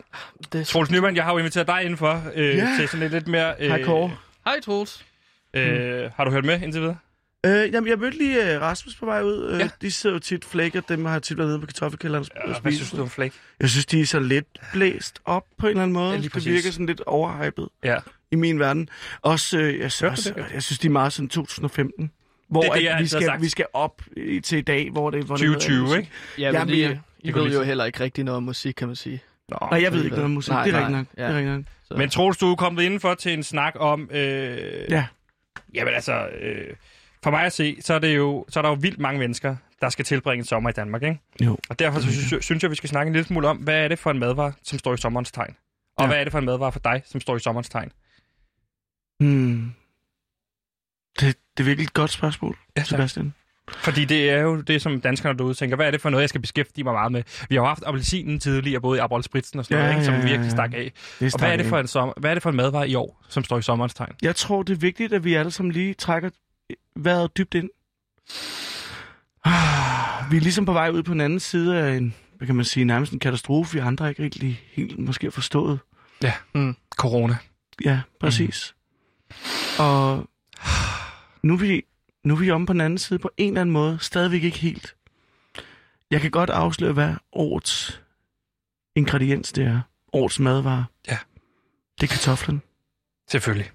Det er... Troels Nyman, jeg har jo inviteret dig indenfor øh, Ja. til sådan lidt, lidt mere... Øh, Hardcore. Hej Troels. øh, har du hørt med indtil videre? Øh, jamen, jeg mødte lige øh, Rasmus på vej ud. Øh, Ja. De sidder jo tit flækker. Dem har jeg tit været nede på kartoffelkælderen og sp- og Hvad spist. synes du om Flake? Jeg synes, de er så lidt blæst op på en eller anden måde. Ja, lige det præcis. virker sådan lidt overhypet Ja. i min verden. Også, øh, jeg, Hørte synes, du det? jeg synes, de er meget sådan 2015. Hvor Det er det, at jeg vi, altid har skal, sagt. vi skal op i, til i dag, hvor det hvor det er noget andet 2020, musik. ikke? Ja, Jamen, men I, det- I kunne ved vi jo se. heller ikke rigtig noget om musik, kan man sige. Nå, Nej, jeg ved ikke noget om musik. Nej, Nej, det er nej. rigtigt nok. Ja. Ja. Det er rigtigt nok. Men Troels, du er kommet indenfor til en snak om... Øh, Ja. Jamen altså, øh, for mig at se, så er, det jo, så er der jo vildt mange mennesker, der skal tilbringe en sommer i Danmark, ikke? Jo. Og derfor så synes, synes jeg, vi skal snakke en lille smule om, hvad er det for en madvare, som står i sommerens tegn? Og Ja. hvad er det for en madvare for dig, som står i sommerens tegn? Hmm. Det, det er virkelig et godt spørgsmål, Ja, ja, tak. Sebastian. Fordi det er jo det, som danskerne derude tænker, hvad er det for noget, jeg skal beskæftige mig meget med? Vi har jo haft appelsinen tidligere, både i Aperol Spritzen og sådan Ja, noget, ikke? som ja, ja, virkelig ja. stak af. Det Og hvad er det, starten. for en sommer, hvad er det for en madvare i år, som står i sommerens tegn? Jeg tror, det er vigtigt, at vi alle sammen lige trækker vejret dybt ind. Ah, Vi er ligesom på vej ud på den anden side af en, hvad kan man sige, nærmest en katastrofe, vi andre ikke rigtig helt måske har forstået. Mm. Corona. Ja, præcis. Mm. Og nu er, vi, nu er vi omme på den anden side på en eller anden måde, stadigvæk ikke helt. Jeg kan godt afsløre, hvad årets ingrediens det er. Årets madvare. Ja. Det er kartoflen. Selvfølgelig.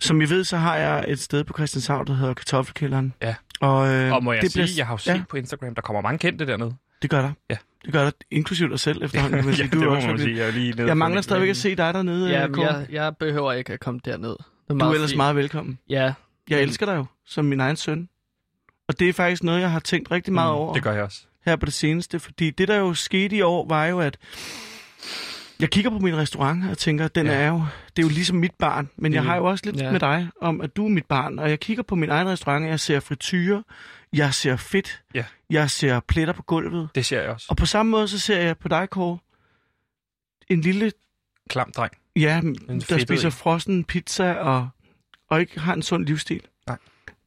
Som I ved, så har jeg et sted på Christianshavn, der hedder Kartoffelkælderen. Ja. Og, øh, Og må jeg det det sige, bliver- jeg har jo set ja. ja. på Instagram, der kommer mange kendte dernede. Det gør der. Ja. Det gør der, inklusive dig selv <laughs> efterhånden. kan man sige. det er må også man virkelig- sige. Jeg, er lige nede jeg på mangler den. stadigvæk at se dig dernede, øh, Ja, Kåre. jeg, jeg behøver ikke at komme derned. Det Du er meget ellers fint. meget velkommen. Ja, Mm. Jeg elsker dig jo, som min egen søn. Og det er faktisk noget, jeg har tænkt rigtig meget over Mm, Det gør jeg også. her på det seneste. Fordi det, der jo skete i år, var jo, at jeg kigger på min restaurant og tænker, den Ja. er jo, det er jo ligesom mit barn. Men jeg Mhm. har jo også lidt Ja. med dig om, at du er mit barn. Og jeg kigger på min egen restaurant, og jeg ser frityre, jeg ser fedt, Ja. jeg ser pletter på gulvet. Det ser jeg også. Og på samme måde, så ser jeg på dig, Kåre, en lille Klam dreng. Ja, der fedtede spiser en. frossen pizza og, og ikke har en sund livsstil. Nej.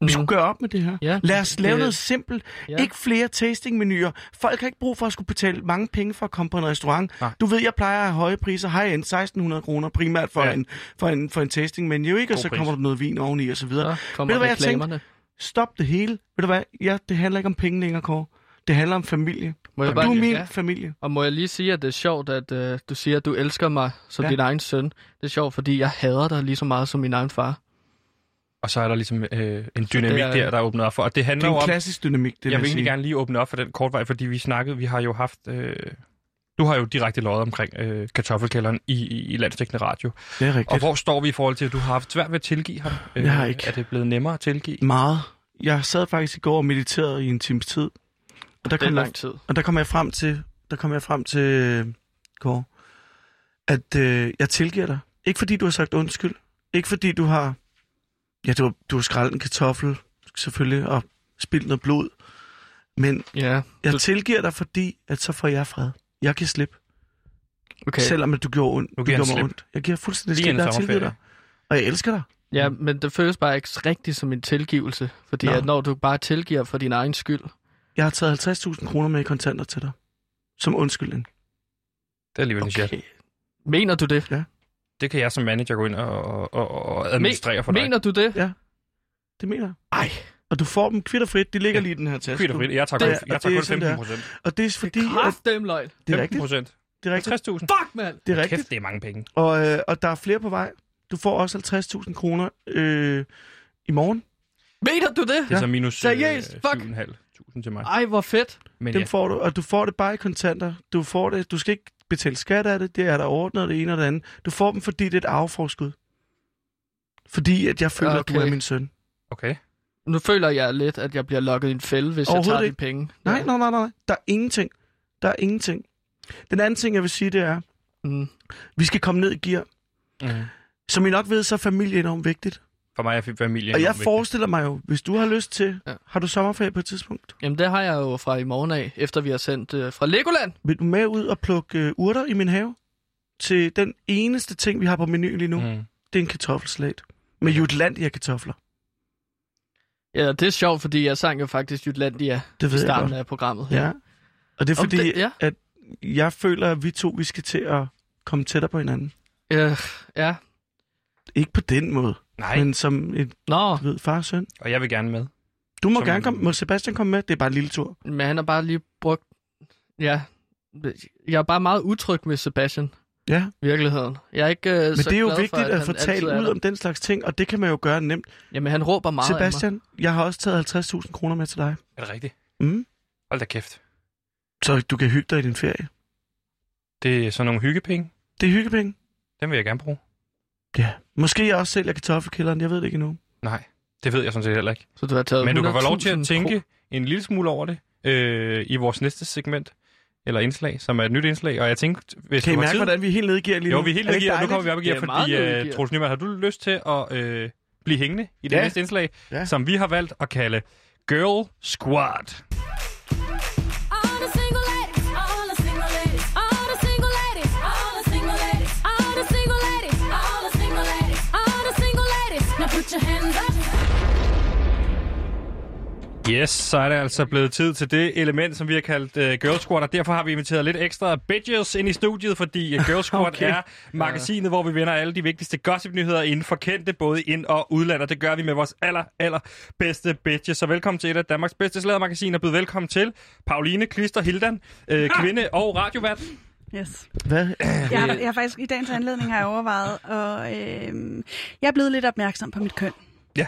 Mm. Vi skulle gøre op med det her. Ja, Lad os lave det- noget simpelt. Mm. ja. Ja. Ikke flere tastingmenuer. Folk har ikke brug for at skulle betale mange penge for at komme på en restaurant. Nej. Du ved, jeg plejer at have høje priser. High end 1600 kroner primært for, Ja. ja. en, for, en, for en tasting menu, ikke? Og God så pris. kommer der noget vin oveni og så videre. så Ved kommer du, hvad jeg tænkte? reklamerne. Stop det hele. Ved du hvad? Ja, det handler ikke om penge længere, Kåre. Det handler om familie. Må jeg Du er bare, min ja. familie. Og må jeg lige sige, at det er sjovt, at øh, du siger, at du elsker mig som ja. Ja. din egen søn. Det er sjovt, fordi jeg hader dig lige så meget som min egen far. Og så er der ligesom øh, en dynamik er- der, der er åbnet op for. Og det Det handler er jo en om... klassisk dynamik, det vil jeg vil sige. egentlig gerne lige åbne op for den kortvej, fordi vi snakkede, vi har jo haft... Øh, du har jo direkte løjet omkring øh, kartoffelkælderen i, i, i landstækkende radio. Det er rigtigt. Og hvor står vi i forhold til, at du har haft svært ved at tilgive ham? Øh, Jeg har ikke. Mm. Er det blevet nemmere at tilgive? Meget. Jeg sad faktisk i går og mediterede i en times tid. Og der Det er kom, jeg, lang tid. og der kom jeg frem til, der kom jeg frem til, øh, Kåre, at øh, jeg tilgiver dig. Ikke fordi du har sagt undskyld. Ikke fordi du har... Ja, du, har- du har skrællet en kartoffel, selvfølgelig, og spildt noget blod. Men Ja, jeg Du- tilgiver dig, fordi at så får jeg fred. Jeg giver slip, okay. okay. selvom at du gjorde ondt. Nu Du giver giver han mig slip. ondt. Jeg giver fuldstændig Lige slip. inden Jeg har tilgivet dig. sommerferie. Og jeg elsker dig. Ja, men det føles bare ikke rigtigt som en tilgivelse, fordi Nå. at når du bare tilgiver for din egen skyld, Jeg har taget 50.000 kroner med i kontanter til dig. Som undskyldning. Det er alligevel okay. en chat. mener du det? Det kan jeg som manager gå ind og, og, og- og administrere for dig. Mener du det? Det mener jeg. Ej, Og du får dem kvitterfrit. De ligger Ja. lige i den her taske. Kvitter frit. Jeg tager Det- kun, og jeg det tager er kun sådan, det 15 er. procent. Og det er fordi, at kraftdemløgn. det er 15 rigtigt. procent. Det er rigtigt. 50.000. Fuck, mand! Det er rigtigt. Kæft, det er mange penge. Og, øh, og der er flere på vej. Du får også 50.000 kroner øh, i morgen. Mener du det? Det er så minus øh, Seriøst? Fuck. 7.500 til mig. Ej, hvor fedt. Men Dem ja, får du, og du får det bare i kontanter. Du får det, du skal ikke betale skat af det, det er der ordnet det ene og det andet. Du får dem, fordi det er et arveforskud. Fordi at jeg føler, okay. at du Okay. er min søn. okay. Nu føler jeg lidt, at jeg bliver lukket i en fælde, hvis jeg Overhovedet tager de ikke. penge. Nej, nej, nej, nej. Der er ingenting. Der er ingenting. Den anden ting, jeg vil sige, det er, Mm. vi skal komme ned i gear. Mm. Som I nok ved, så er familie enormt vigtigt. For mig er familien og jeg enormt vigtig. forestiller mig jo, hvis du har lyst til, Ja. ja. har du sommerferie på et tidspunkt? Jamen, det har jeg jo fra i morgen af, efter vi har sendt øh, fra Legoland. Vil du med ud og plukke øh, urter i min have? Til den eneste ting, vi har på menuen lige nu, mm. Mm. det er en kartoffelslat. Med Jutlandia-kartofler. Ja, det er sjovt, fordi jeg sang jo faktisk Jutlandia Det i ved jeg starten godt. af programmet. Ja. Og det er Om fordi, det- det, ja. ja. at jeg føler, at vi to, vi skal til at komme tættere på hinanden. Øh, ja. Ikke på den måde, Nej, Ej. men som et Nå, du ved, far og søn. og jeg vil gerne med. Du må Som- gerne komme, må Sebastian komme med? Det er bare en lille tur. men han har bare lige brugt... Ja, jeg er bare meget utryg med Sebastian. Ja, i virkeligheden. Jeg er ikke øh, men så det er jo glad vigtigt for, at, at, han få talt altid er ud der. om den slags ting, og det kan man jo gøre nemt. Jamen, han råber meget af Sebastian, jeg har også taget 50.000 kroner med til dig. Er det rigtigt? Mm. Hold da kæft. Så du kan hygge dig i din ferie. Det er sådan nogle hyggepenge. Det er hyggepenge. Dem vil jeg gerne bruge. Ja. Måske jeg også sælger kartoffelkælderen, jeg ved det ikke endnu. Nej, det ved jeg sådan set heller ikke. mig. Så du har taget Men du kan få lov til at 100.000 tænke en lille smule over det øh, i vores næste segment, eller indslag, som er et nyt indslag. Og jeg tænkte, hvis Kan I du har mærke, tid... hvordan vi er helt nede i gear lige nu? Jo, vi er helt det nede i ikke gear. Nu dejligt? kommer vi op i Det er gear, meget nede i fordi gear. uh, Troels Nyman, har du lyst til at øh, blive hængende i det Ja. næste indslag, Ja. som vi har valgt at kalde Girl Squad. All the single ladies, all the single ladies, all the single ladies, all the single ladies, all the single ladies, all the single ladies, all the single ladies. Now put your hands up. Yes, så er det altså blevet tid til det element, som vi har kaldt uh, Girl Squad, og derfor har vi inviteret lidt ekstra bitches ind i studiet, fordi uh, Girl <laughs> Squad okay. er magasinet, hvor vi vender alle de vigtigste gossip-nyheder inden for kendte, både ind- og udland, og det gør vi med vores aller, aller bedste bitches. Så velkommen til et af Danmarks bedste sladermagasin, og byd velkommen til Pauline Klister Hildan, Ah! uh, kvinde og radiovært. Yes. Hvad? Jeg, har, jeg har faktisk i dagens anledning har jeg overvejet, og øh, jeg er blevet lidt opmærksom på mit køn. Ja.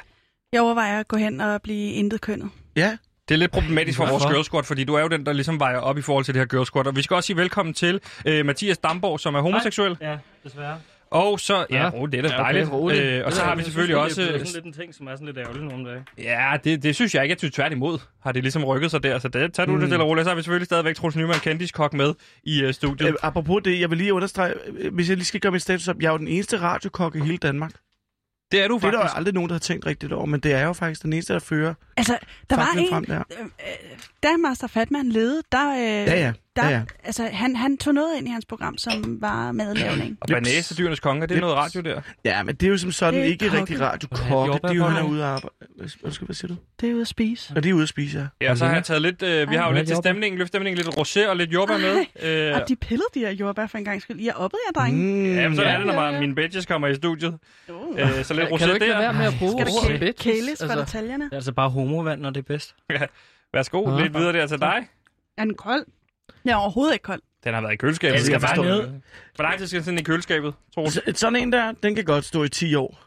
Jeg overvejer at gå hen og blive intet kønnet. Ja, Det er lidt problematisk for vores Hvorfor? Girl Squad, fordi du er jo den, der ligesom vejer op i forhold til det her Girl Squad. Og vi skal også sige velkommen til øh, Mathias Damborg, som er homoseksuel. Ja, desværre. Og så, ja, Ja. roligt, det er da Ja, okay, dejligt. roligt. Øh, og så har vi selvfølgelig jeg synes, Det er blevet også... sådan lidt en ting, som er sådan lidt ærgerlig nu om dagen. Ja, det, det synes jeg ikke. Jeg synes tværtimod har det ligesom rykket sig der. Så det, tager du det stille og roligt. Og Så har vi selvfølgelig stadigvæk Troels Nyman Candice Kok med i uh, studiet. Øh, apropos det, jeg vil lige understrege, øh, hvis jeg lige skal gøre min status op, jeg er jo den eneste radiokok i hele Danmark. Faktisk. det er du Det er der jo faktisk. aldrig nogen, der har tænkt rigtigt over, men det er jo faktisk den eneste, der fører Altså, der var faklen frem en, der. øh, øh, da Master Fatman levede, der, øh, Ja, ja. der ja, ja. Altså, han, han tog noget ind i hans program, som var madlavning. <clears throat> Og Banæse, dyrenes konge, det er Jeps. noget radio der. Ja, men det er jo som sådan Det er ikke kokke. rigtig Ja, radiokokke. jordbær Det er jo, på han er vejen. ude at arbejde. Undskyld, hvad siger du? Det er ude at spise. Og de er ude at spise, ja. Ja, så har jeg taget lidt... Øh, vi har jo Ej, lidt til jordbær. stemningen, lidt stemningen, lidt rosé og lidt jordbær med. Øh, Og de pillede de her jordbær for en gang skyld. I har oppet jer, drenge. Mm. Mm, Jamen, så er det, når Ja. bare mine bitches kommer i studiet. Oh. Øh, så lidt Kan du rosé ikke lade være der. med at bruge Skal der ordet kæ- bitches? kæles for Altså, detaljerne? Det er altså bare homovand, når det er bedst. Værsgo, Ja. lidt videre der til dig. Er den kold? Den er overhovedet ikke kold. Den har været i køleskabet. Den skal Jeg bare forstår ned. det. Hvor lang tid skal sådan i køleskabet, Troels? Så- Sådan en der, den kan godt stå i 10 år.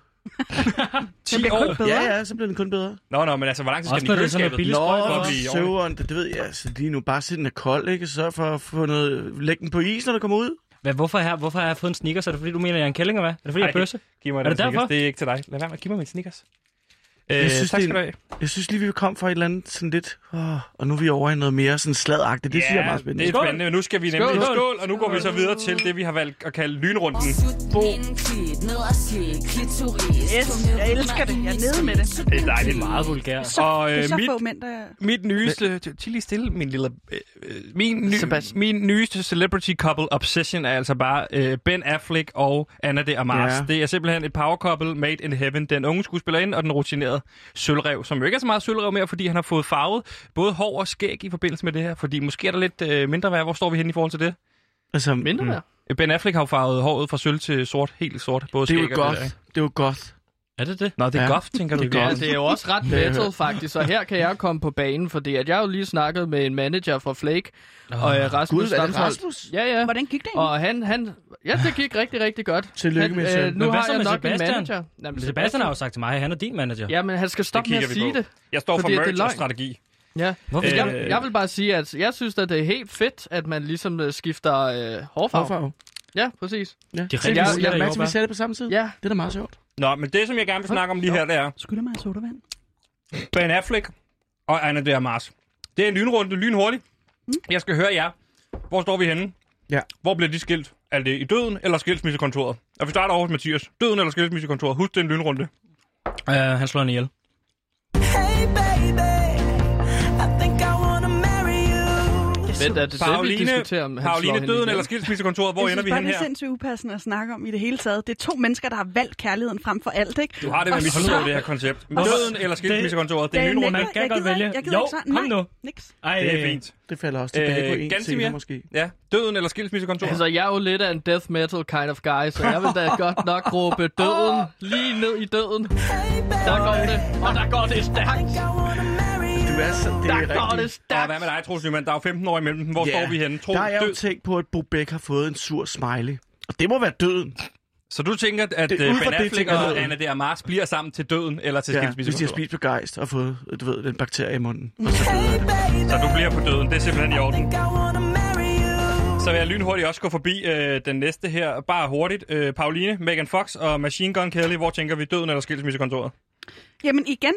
10 Den bliver kun år? bedre. Ja, ja, så bliver den kun bedre. Nå, nå, men altså, hvor lang tid skal Også den i når det er sådan noget køleskabet? billigt sprøjt. for at Nå, blive ordentlig. søveren, det, det ved jeg, altså lige nu bare se, den er kold, ikke? Så for at få noget, læg den på is, når der kommer ud. Hvad, hvorfor, har, hvorfor har jeg fået en sneaker? Så er det fordi, du mener, jeg er en kælling, eller hvad? Er det fordi, jeg Ej. er bøsse? Giv mig Er den det derfor? sneakers. Det er ikke til dig. Lad være med. Giv mig min sneakers. Øh, synes, tak det er skal du have. Jeg synes lige, vi kom fra et eller andet sådan lidt, åh, og nu er vi over i noget mere sådan sladagtigt. Det synes jeg er meget spændende. Det er spændende. Nu skal vi nemlig skål, Skål. skål, og nu går vi så videre til det, vi har valgt at kalde lynrunden. Yes, jeg elsker det. Jeg er nede med det. Det er dejligt Meget vulgært. Så, Og, og, øh, det er øh, så mit- få mænd, der... Mit nyeste... Til lige stille, min lille... øh, øh, Min, ny, Sebastian. min nyeste celebrity couple obsession er altså bare øh, Ben Affleck og Anna de Armas. Ja. Ja. Det er simpelthen et power couple made in heaven. Den unge skuespillerinde og den rutinerede sølvrev, som jo ikke er så meget sølvrev mere, fordi han har fået farvet både hår og skæg i forbindelse med det her. Fordi måske er der lidt øh, mindre værd. Hvor står vi henne i forhold til det? Altså, Mindre værd. Øh, Ben Affleck har jo farvet håret fra sølv til sort, helt sort. Både det er jo skæg og godt. der, ikke? Det er jo godt. Er det det? Nå, det er Ja. ja. godt, tænker du. Det er Ja, godt. altså, det er jo også ret metal, faktisk, og her kan jeg komme på banen, fordi at jeg har jo lige snakket med en manager fra Flake, og øh, Rasmus Gud, er det Stamsholt. Rasmus? Ja, ja. Hvordan gik det egentlig? Og han, han, ja, det gik rigtig, rigtig godt. Tillykke han, øh, med sønnen. Nu Men hvad har så jeg med nok Sebastian? en manager. Jamen, Men Sebastian har jo sagt til mig, at han er din manager. Ja, men han skal stoppe med at kigger vi sige på. det. Jeg står for Fordi det er merch og løgn. strategi. Ja. Hvorfor Øh, skal jeg, jeg vil bare sige, at jeg synes, at det er helt fedt, at man ligesom øh, skifter øh, hårfarve. Hvorfor? jo? Ja, præcis. Ja. Det er jeg- rigtig jeg- jeg, jeg, vi ser det på samme tid. Ja, Det er da meget sjovt. Nå, men det, som jeg gerne vil snakke om lige her, det er... Skylder mig en sodavand. Ben Affleck og Anna de Armas. Det er en lynrunde, lynhurtigt. Mm. Jeg skal høre jer. Hvor står vi henne? Ja. Hvor bliver de skilt? Er det i døden eller skilsmissekontoret? Og vi starter over hos Mathias. Døden eller skilsmissekontoret? Husk, det er en lynrunde. Uh, han slår hende ihjel. Vent, er det det, vi diskuterer om? han slår Pauline hende døden ihjel? eller skilsmissekontoret? Hvor jeg ender synes vi bare, hen det er her? sindssygt upassende at snakke om i det hele taget. Det er to mennesker, der har valgt kærligheden frem for alt, ikke? Du har det med Og mit så- på det her koncept. Døden eller skilsmissekontoret? Det er en Jeg lynrunde. nægter. Man kan Jeg godt gider vælge. ikke- Jeg gider Jo, ikke svare. kom Nej, nu. Niks. Ej, Det er fint. Det falder også tilbage Øh, på en Gansimir? scene, måske. Ja, døden eller skilsmissekontoret? Altså, jeg er jo lidt af en death metal kind of guy, så jeg vil da godt nok råbe døden lige ned i døden. Der går det, og der går det stærkt. Du er så, det Der går det Og hvad stærkt. med dig, Troels Nyman? Der er jo 15 år imellem. dem. Hvor Ja. står vi henne? Tro, Der har jeg jo død. tænkt på, at Bobæk har fået en sur smiley. Og det må være døden. Så du tænker, at Det- det, ud fra Ben det Affleck tænker jeg og døden. Anna de Armas bliver sammen til døden eller til Ja, hvis de har skilsmissekontoret? spist begejst og fået, du ved, den bakterie i munden. Så du bliver på døden. Det er simpelthen i orden. Så vil jeg lynhurtigt også gå forbi øh, den næste her. Bare hurtigt. Øh, Pauline, Megan Fox og Machine Gun Kelly. Hvor tænker vi døden eller skilsmissekontoret? Jamen igen,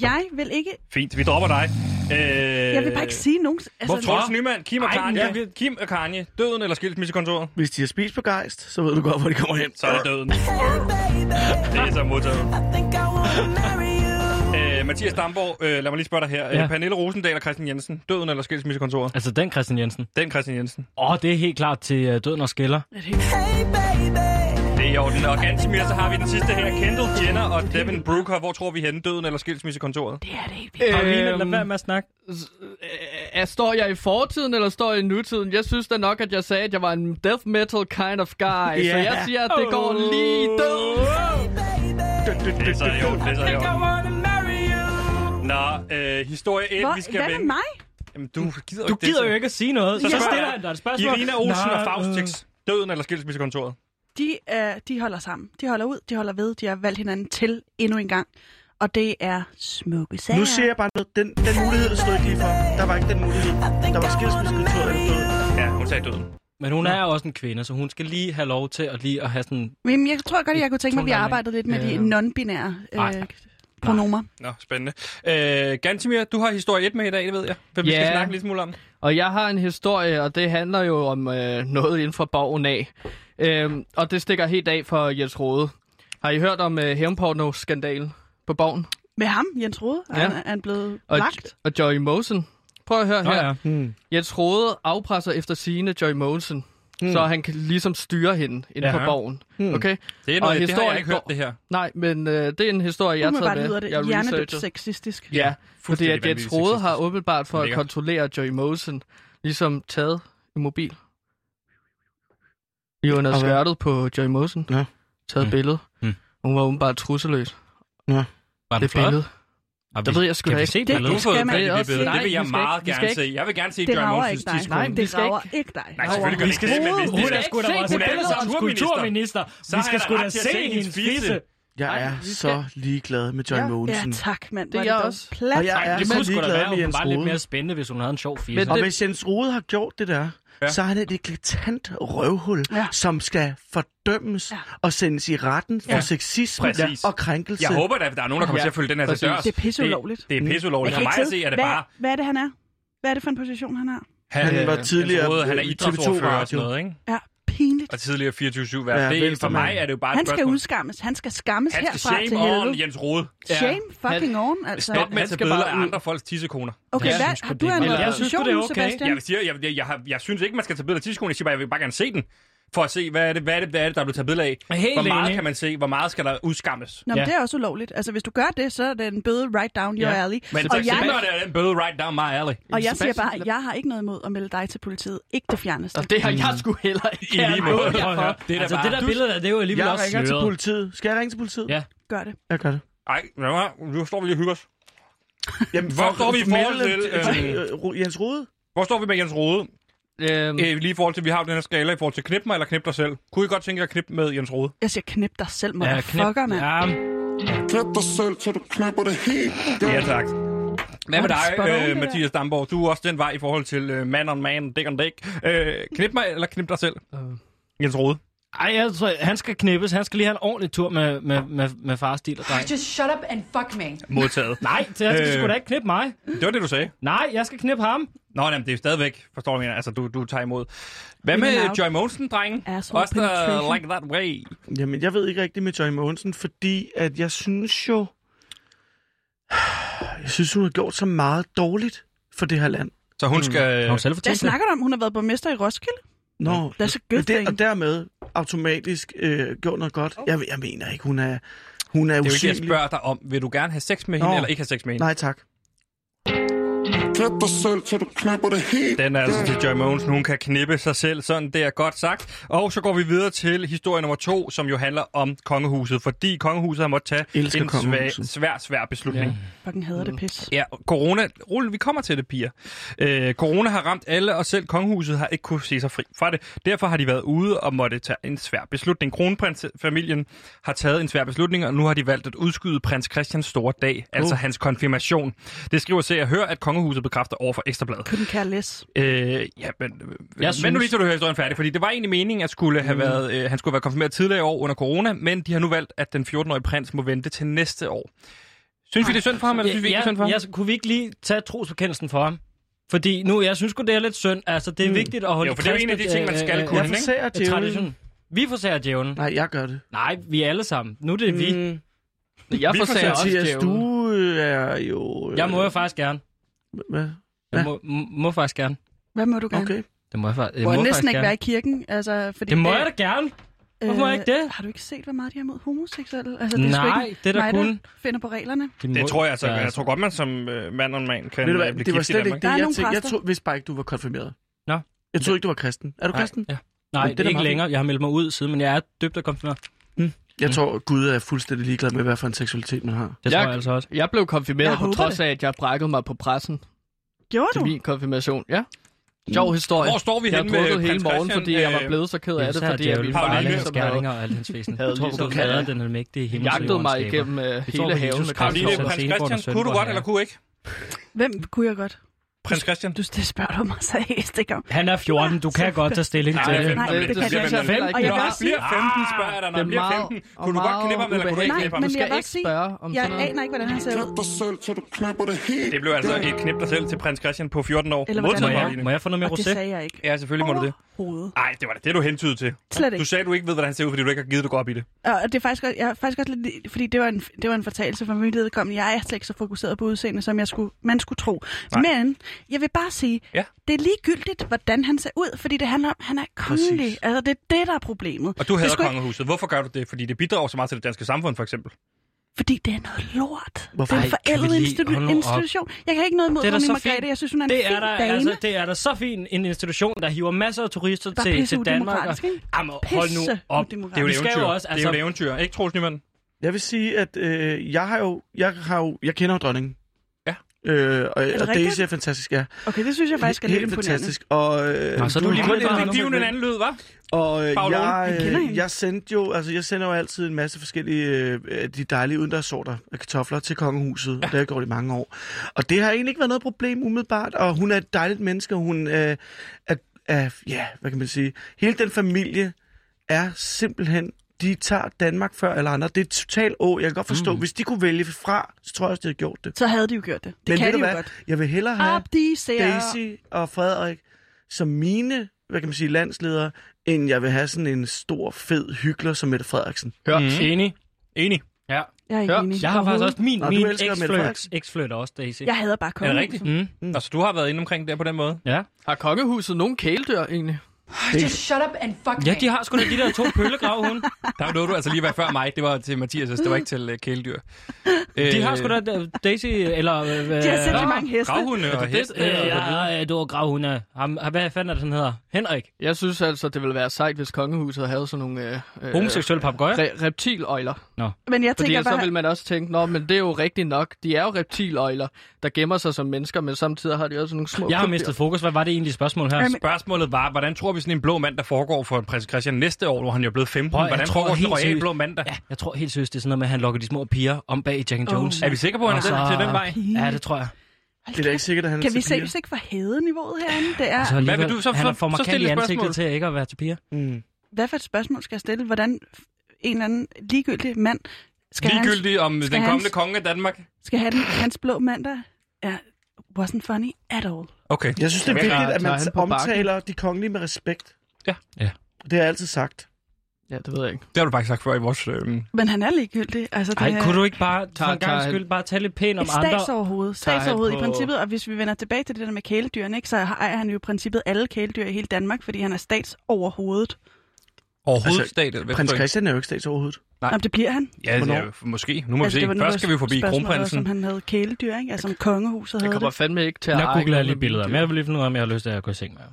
jeg vil ikke... Fint, vi dropper dig. Øh, Jeg vil bare ikke sige nogen... Altså, Troels Nyman, Kim og Ej, Kanye. jeg vil- Kim og Kanye. Døden eller skilsmissekontoret? Hvis de har spist begejst, så ved du godt, hvor de kommer hen. Så er det døden. Det er så modtaget. Øh, Mathias Damborg, øh, lad mig lige spørge dig her. Ja. Ja. Øh, Pernille Rosendal og Christian Jensen. Døden eller skilsmissekontoret? Altså den Christian Jensen. Den Christian Jensen. Åh, oh, det er helt klart til uh, døden og skiller. Det er i orden. Og ganske mere, så har vi den sidste her. Kendall Jenner og Devin Brooker. Hvor tror vi henne? Døden eller skilsmissekontoret? Pauline, lad Øhm, være med at snakke. er, Øh, står jeg i fortiden, eller står jeg i nutiden? Jeg synes da nok, at jeg sagde, at jeg var en death metal kind of guy. Yeah. Så Ja. jeg siger, at det går lige død. Det er så i orden. Det er så i orden. Nå, øh, historie 1, Hvor, vi skal hvad med vende. mig? Jamen, du gider Du ikke gider det, jo ikke at sige noget, så Ja. stiller han dig et spørgsmål. øh. Irina Olsen og Faustix. Faustix. Døden eller skilsmissekontoret? De, øh, de holder sammen. De holder ud, de holder ved, de har valgt hinanden til endnu en gang. Og det er smukke sager. Nu ser jeg bare noget. Den, den mulighed stod ikke lige for. Der var ikke den mulighed. Der var skilsmissekontoret eller døden. Ja, hun sagde døden. Men hun er også en kvinde, så hun skal lige have lov til at lige at have sådan... Men jeg tror godt, jeg kunne tænke mig, at vi Toneangst. arbejdede lidt med Ja. de Øh. non-binære Nej. øh, pronomer. Nå, spændende. Øh, Gantimir, du har historie 1 med i dag, det ved jeg. Hvem vi skal Ja. snakke lidt smule om. Og jeg har en historie, og det handler jo om øh, noget inden for borgen af. Øhm, og det stikker helt af for Jens Rode. Har I hørt om øh, hævnporno-skandalen på borgen? Med ham, Jens Rode, ja. Ja. han, er han blevet Og, lagt. og Joy Mosen. Prøv at høre Nå her. ja. Jens Rode afpresser efter sine Joy Mosen, mm. så han kan ligesom styre hende inden Ja. for borgen. Okay? Det, er Og noget, det har jeg historien ikke hørt, går- det her. Nej, men øh, det er en historie, jeg har Umiddelbart taget med. lyder det Jeg hjernedødt researchet. sexistisk. Ja, fordi at fuldstændig Jens vanvittigt Rode sexistisk. har åbenbart for at Lækkert. kontrollere Joy Mosen ligesom taget en mobil. I under Og hvad? skørtet på Joy Mosen. Nå. Taget Mm. billede. Mm. Hun var åbenbart trusseløs. Var Det billede. Har Der vi- ved jeg sgu kan da vi ikke. se billedet? skal man det, også det, sige. det vil Nej, jeg vi skal meget ikke- vi gerne skal se. Jeg vil gerne se Det John rager Moses ikke dig. tidskone. Nej, Nej, vi det skal rager ikke. ikke dig. Nej, Rager selvfølgelig gør det ikke det, men hvis Hun det er er... sgu da vores det kulturminister. billede som kulturminister. Så Vi har skal jeg sgu da da ret til at se se hendes hendes fisse. fisse. Jeg Ej, er vi så skal- ligeglad med Joy Ja. Ja, Mogensen. tak, mand. Det Hvor er er jeg det også. også. Plads. Og jeg er det så kunne sgu da ligeglad være, med hun Jens var lidt Rode. mere spændende, hvis hun havde en sjov fisse. Men Og det- hvis Jens Rode har gjort det der, Ja. ja. så er han et eklatant røvhul, Ja. ja. som skal fordømmes Ja. ja. og sendes i retten for Ja. ja. sexisme Præcis. og krænkelse. Jeg håber da, at der er nogen, der kommer Ja, ja. til at følge den her til præcis. dørs. Det er pisseulovligt. Det, det er pisseulovligt. For mig at se, er det hvad, bare... hvad er det, han er? Hvad er det for en position, han har? Han var øh, tidligere, Jens Rode, han er øh, TV2 idrætsordfører og sådan radio. noget, ikke? Ja, pinligt. Og tidligere 24-7 Ja, værd. Ja, vældig for mig mand. er det jo bare Han et skal spørgsmål. udskammes. Han skal skammes Han skal herfra shame til on helvede. Jens Rode. Shame fucking on, altså. Stop med han at tage skal billeder bare af ud. andre folks tissekoner. Okay, Jeg hvad, synes sgu, har det du er en meget- Jeg synes sgu, det er position, okay. Sebastian? Jeg, vil sige, jeg, jeg, jeg, jeg synes ikke, man skal tage billeder af tissekoner. Jeg siger bare, jeg vil bare gerne se den. For at se, hvad er det, hvad er det, hvad er det der er blevet taget billeder af. Helt hvor meget enig. kan man se? Hvor meget skal der udskammes? Nå, men Ja. det er også ulovligt. Altså, hvis du gør det, så er det en bøde right down your Ja. alley. Men og, for eksempel jeg, er det den bøde right down my alley. og jeg siger bare, Sebastian- jeg har ikke noget imod at melde dig til politiet. Ikke det fjerneste. Og Altså, det har jeg sgu heller ikke. I lige Ej, måde. hvorfor? Prøv at høre. Det, der altså, bare- det der billede, der, det er jo alligevel Jeg også ringer til sløret. politiet. Skal jeg ringe til politiet? Ja. Gør det. Jeg gør det. Ej, lad mig- nu står vi lige og hygger os. Jamen, Hvor står vi i forhold til, øh, øh, Jens Rode? Hvor står vi med Jens Rode? Øhm, Øh, lige i forhold til, vi har jo den her skala i forhold til knip mig eller knip dig selv. Kunne I godt tænke jer at knip med Jens Rode? Jeg siger, knip dig selv, motherfucker, mand. Ja, Knæp dig selv, til du knæpper det helt. Ja, tak. Hvad med Hvor er det spot on, dig, det øh, der. Mathias Damborg? Du er også den vej i forhold til øh, man on man, dick on dick. Øh, knip mig eller knip dig selv? Jens Rode. ej, jeg tror, han skal knippes. Han skal lige have en ordentlig tur med, med, med, med fars stil og dreng. Just shut up and fuck me. <laughs> Modtaget. Nej, det han skal Øh. sgu da ikke knippe mig. Det var det, du sagde. Nej, jeg skal knippe ham. Nå, jamen, det er stadigvæk, forstår du, hvad jeg mener. altså, du, du tager imod. Hvad In med and out. Joy Monsen, drengen? Asshole Også der penetration. like that way. Jamen, jeg ved ikke rigtigt med Joy Mogensen, fordi at jeg synes jo... Jeg synes, hun har gjort så meget dårligt for det her land. Så Mm. hun skal... Har hun selv Hvad fortalt det? snakker du om? Hun har været borgmester i Roskilde. Nå, That's a good men der, thing. og dermed automatisk øh, gjort noget godt. Jeg, jeg mener ikke, hun er, hun er Det er jo ikke, jeg usynlig. spørger dig om, vil du gerne have sex med hende, Nå. eller ikke have sex med hende? Nej, tak. Knæp dig selv, til du knæpper det helt. Den er altså Øh. til Joy Mogensen. Hun kan knippe sig selv. Sådan, det er godt sagt. Og så går vi videre til historie nummer to, som jo handler om kongehuset. Fordi kongehuset har måttet tage Elsker en svær, kongehuset. svær, svær beslutning. Fucking hader det pis. Ja, corona... Rul, vi kommer til det, piger. Øh, corona har ramt alle, og selv kongehuset har ikke kunne se sig fri fra det. Derfor har de været ude og måtte tage en svær beslutning. Kronprinsfamilien har taget en svær beslutning, og nu har de valgt at udskyde prins Christians store dag, altså Uh. hans konfirmation. Det skriver Se og Hør, at kongehuset bekræfter over for Ekstrabladet. Couldn't care less. Øh, ja, men, jeg men synes- Mm. nu lige så du hører historien færdig, fordi det var egentlig meningen, at skulle have været, øh, han skulle have været konfirmeret tidligere i år under corona, men de har nu valgt, at den 14-årige prins må vente til næste år. Synes vi, det er synd for ham, eller synes vi ikke, det er synd for ham? ja, så kunne vi ikke lige tage trosbekendelsen for ham? Fordi nu, jeg synes godt det er lidt synd. Altså, det er mm. vigtigt at holde Jo, for det er jo en af de kristent, ting, man øh, skal øh, kunne, Jeg ikke? forsager øh, djævlen. Tradition. Vi forsager djævlen. Nej, jeg gør det. Nej, vi er alle sammen. Nu er det vi. Mm, jeg Vi forsager også Mathias, djævlen. du øh, er jo... øh, Jeg må jo faktisk gerne. Hvad? Jeg Ja. må, m- må faktisk gerne. Hvad må du gerne? Okay. Det må jeg, fa- jeg Må må jeg faktisk næsten ikke gerne. være i kirken? Altså, fordi Det må jeg da gerne. Hvorfor må jeg ikke det? Øh, Har du ikke set, hvor meget de er mod homoseksuelle? Altså, det er sgu Nej, ikke det er da mig, kun- finder på reglerne. må- Det tror jeg altså. Ja, Jeg tror godt, man som øh, mand og en mand kan Ved du øh, hvad, blive det var gift i slet ikke Danmark. det, Der er jeg nogle tænkte. Jeg præster. troede, hvis bare ikke du var konfirmeret. Nå. Jeg troede ikke, du var kristen. Er du Nej. kristen? Ja. Nej, Men det det er er da ikke meget længere. Jeg har meldt mig ud siden, men jeg er dybt og konfirmeret. Jeg tror, Gud er fuldstændig ligeglad med, hvad for en seksualitet man har. Det Jeg- tror jeg altså også. Jeg blev konfirmeret Jeg på håber trods det. af, at jeg brækkede mig på pressen Gjorde til du? Mm. min konfirmation. Ja. Sjov historie. Hvor står vi jeg henne med drukket hele prins morgen, Christian? fordi jeg var Øh, blevet så ked af det, Især fordi jeg djævlen, ville Paul bare Paradis, Lille, ligesom havde gerninger og alt hans væsen. havde Jeg tror, du ligesom- fader den almægtige himmel. jagtet mig igennem øh, tror, hele vi haven Jesus med Kristus. græshoppe. Karoline, Christian prins Seaborg Christian, og Sønderborg, kunne du godt, ja. eller kunne ikke? Hvem kunne jeg godt? Prins Christian? Du, det spørger du mig seriøst ikke om. Han er 14, du kan godt tage stilling Nej, til jeg er det. Nej, 15 om det lidt. kan bliver man jeg ikke. vel. Og jeg vil Når han også bliver 15, spørger jeg dig. Når Det han er bliver meget- 15, og kunne du godt meget knippe ham, eller kunne du ikke ubehageligt. knippe ham? Du men skal jeg vil ikke også sige, spørge om Jeg sådan noget. aner ikke, hvordan han ser Knæp ud. dig selv, til du knæpper det helt. Det blev altså et knip dig selv til prins Christian på 14 år. Eller hvordan Må Modtaget, er det? jeg, Karoline. må jeg få noget mere Og det rosé? sagde jeg ikke. Ja, selvfølgelig må du det. Overhovedet. Nej, det var da det, du hentydede til. Slet Du ikke. sagde, du ikke ved, hvordan han ser ud, fordi du ikke har givet, du går op i det. Og det er faktisk, også- jeg er faktisk også lidt, fordi det var en, det var en fortalelse for min vedkommende. Jeg er slet ikke så fokuseret på udseende, som jeg skulle, man skulle tro. Nej. Nej. Men jeg vil bare sige, Ja. det er ligegyldigt, hvordan han ser ud, fordi det handler om, at han er kongelig. Præcis. Altså, det er det, der er problemet. Og du det er hader sgu ikke- kongehuset. Hvorfor gør du det? Fordi det bidrager så meget til det danske samfund, for eksælde. Fordi det er noget lort. Hvorfor? Det er Ej, kan vi en forældet lige- hold institu- nu op. institution. Jeg kan ikke noget imod Det er da dronning så Margrethe. fint. Jeg synes, hun er en Det er, fin der, dame. altså, det er der så fin en institution, der hiver masser af turister til, Bare til Danmark. Og, pisseudemokratisk, ikke? jamen, hold nu Pisse op. udemokratisk. Det er jo Vi et skal jo eventyr. også, Det er jo altså- et eventyr. Ikke, Troels Nymanden? Jeg vil sige, at øh, jeg har jo, jeg har jo, jeg kender jo dronningen. Ja. Øh, og, og rigtigt? Daisy er fantastisk, ja. Okay, det synes jeg faktisk er lidt Helt imponerende. fantastisk. Og, øh, Nå, så er du lige har med lidt der, lidt Giv den en anden lyd, hva'? Og øh, Paolo, jeg, vi kender hende. øh, jeg sendte jo, altså jeg sender jo altid en masse forskellige øh, af de dejlige udendørssorter af kartofler til kongehuset, ja. og det har jeg gjort i mange år. Og det har egentlig ikke været noget problem umiddelbart, og hun er et dejligt menneske, og hun øh, er, af, ja, hvad kan man sige, hele den familie er simpelthen, de tager Danmark før alle andre. Det er totalt å, jeg kan godt forstå, mm. hvis de kunne vælge fra, så tror jeg også, de havde gjort det. Så havde de jo gjort det. Det Men ved kan du de jo hvad? godt. Ah, Jeg vil hellere have Abdi ser... Daisy og Frederik som mine, hvad kan man sige, landsledere, end jeg vil have sådan en stor, fed hyggelig som Mette Frederiksen. Hørt. Mm. Enig. Enig. Ja. Jeg er ikke Hør, enig. jeg har faktisk Overhovedet. også min, Nå, du min elsker Mette eksfløjt, Frederiksen. eksfløjt også, Daisy. Jeg hader bare er det kongehuset. rigtigt? Mm. Altså, du har været inde omkring det på den måde. Ja. Har kongehuset nogen kæledør egentlig? Just shut up and fuck ja, de har sgu da de der to pøllegrave hunde. Der nåede du altså lige at være før mig. Det var til Mathias, det var ikke til uh, kæledyr. Øh, De har sgu da øh, Daisy, eller... Øh, De har sindssygt mange heste. Gravhunde og det- heste. Øh, og- ja, øh, du var gravhunde. Ham, ah, hvad fanden er det, han hedder? Henrik. Jeg synes altså, det ville være sejt, hvis kongehuset havde sådan nogle øh, øh, Homoseksuel papegøje. re- reptiløjler. Men jeg Fordi tænker ellers så bare... vil man også tænke, nå, men det er jo rigtigt nok. De er jo reptiløjler, der gemmer sig som mennesker, men samtidig har de også nogle små Jeg har krybdyr. mistet fokus. Hvad var det egentlig spørgsmål her? Jamen, Spørgsmålet var, hvordan tror vi sådan en blå mandag foregår for prins Christian næste år, hvor han jo er blevet 15? Prøv, jeg hvordan tror foregår sådan en helt royal seriøst- blå mandag? Ja, jeg tror helt seriøst, det er sådan noget med, at han lokker de små piger om bag i Jack and Oh. Jones. Er vi sikre på, at han altså- er Og den, så- til den vej? Ja, det tror jeg. Hold Det er da ikke sikkert, at han kæft. er Kan vi til piger. seriøst ikke for hædeniveauet herinde? Det er... Og så Altså- alligevel, du så- han så- er for så markant stille i et ansigtet spørgsmål. til ikke at være til piger. Mm. Hvad for et spørgsmål skal jeg stille? Hvordan en eller anden ligegyldig mand skal, have hans, Ligegyldigt om Skal den han- kommende konge af Danmark. skal have den, hans blå mandag? Ja, wasn't funny at all. Okay. Jeg synes, det er Jamen, vigtigt, tager- at tager man han på bakken? omtaler de kongelige med respekt. Ja. Ja. Det har jeg altid sagt. Ja, det ved jeg ikke. Det har du faktisk sagt før i vores... Øh... Men han er ligegyldig. Altså, det Ej, er kunne du ikke bare for Tager- en gang tager- skyld bare tale lidt pænt om et andre? statsoverhoved. han Statsoverhoved i på- princippet. Og hvis vi vender tilbage til det der med kæledyrene, ikke, så ejer han jo i princippet alle kæledyr i hele Danmark, fordi han er statsoverhovedet. Overhovedet Altså, staten. hvad Prins forstår Christian er jo ikke statsoverhovedet. Nej. Jamen, det bliver han. I? Ja, det er, Hvornår? jo- måske. Nu må vi Altså, det se. var nu, Først skal vi jo forbi spørgsmålet var, kronprinsen. Som han havde kæledyr, ikke? Altså, som kongehuset Jeg havde kommer det. fandme ikke til at Jeg eje googler noget lige med billeder, mine men dyr. jeg vil lige finde ud af, om jeg har lyst til at gå i seng med ham.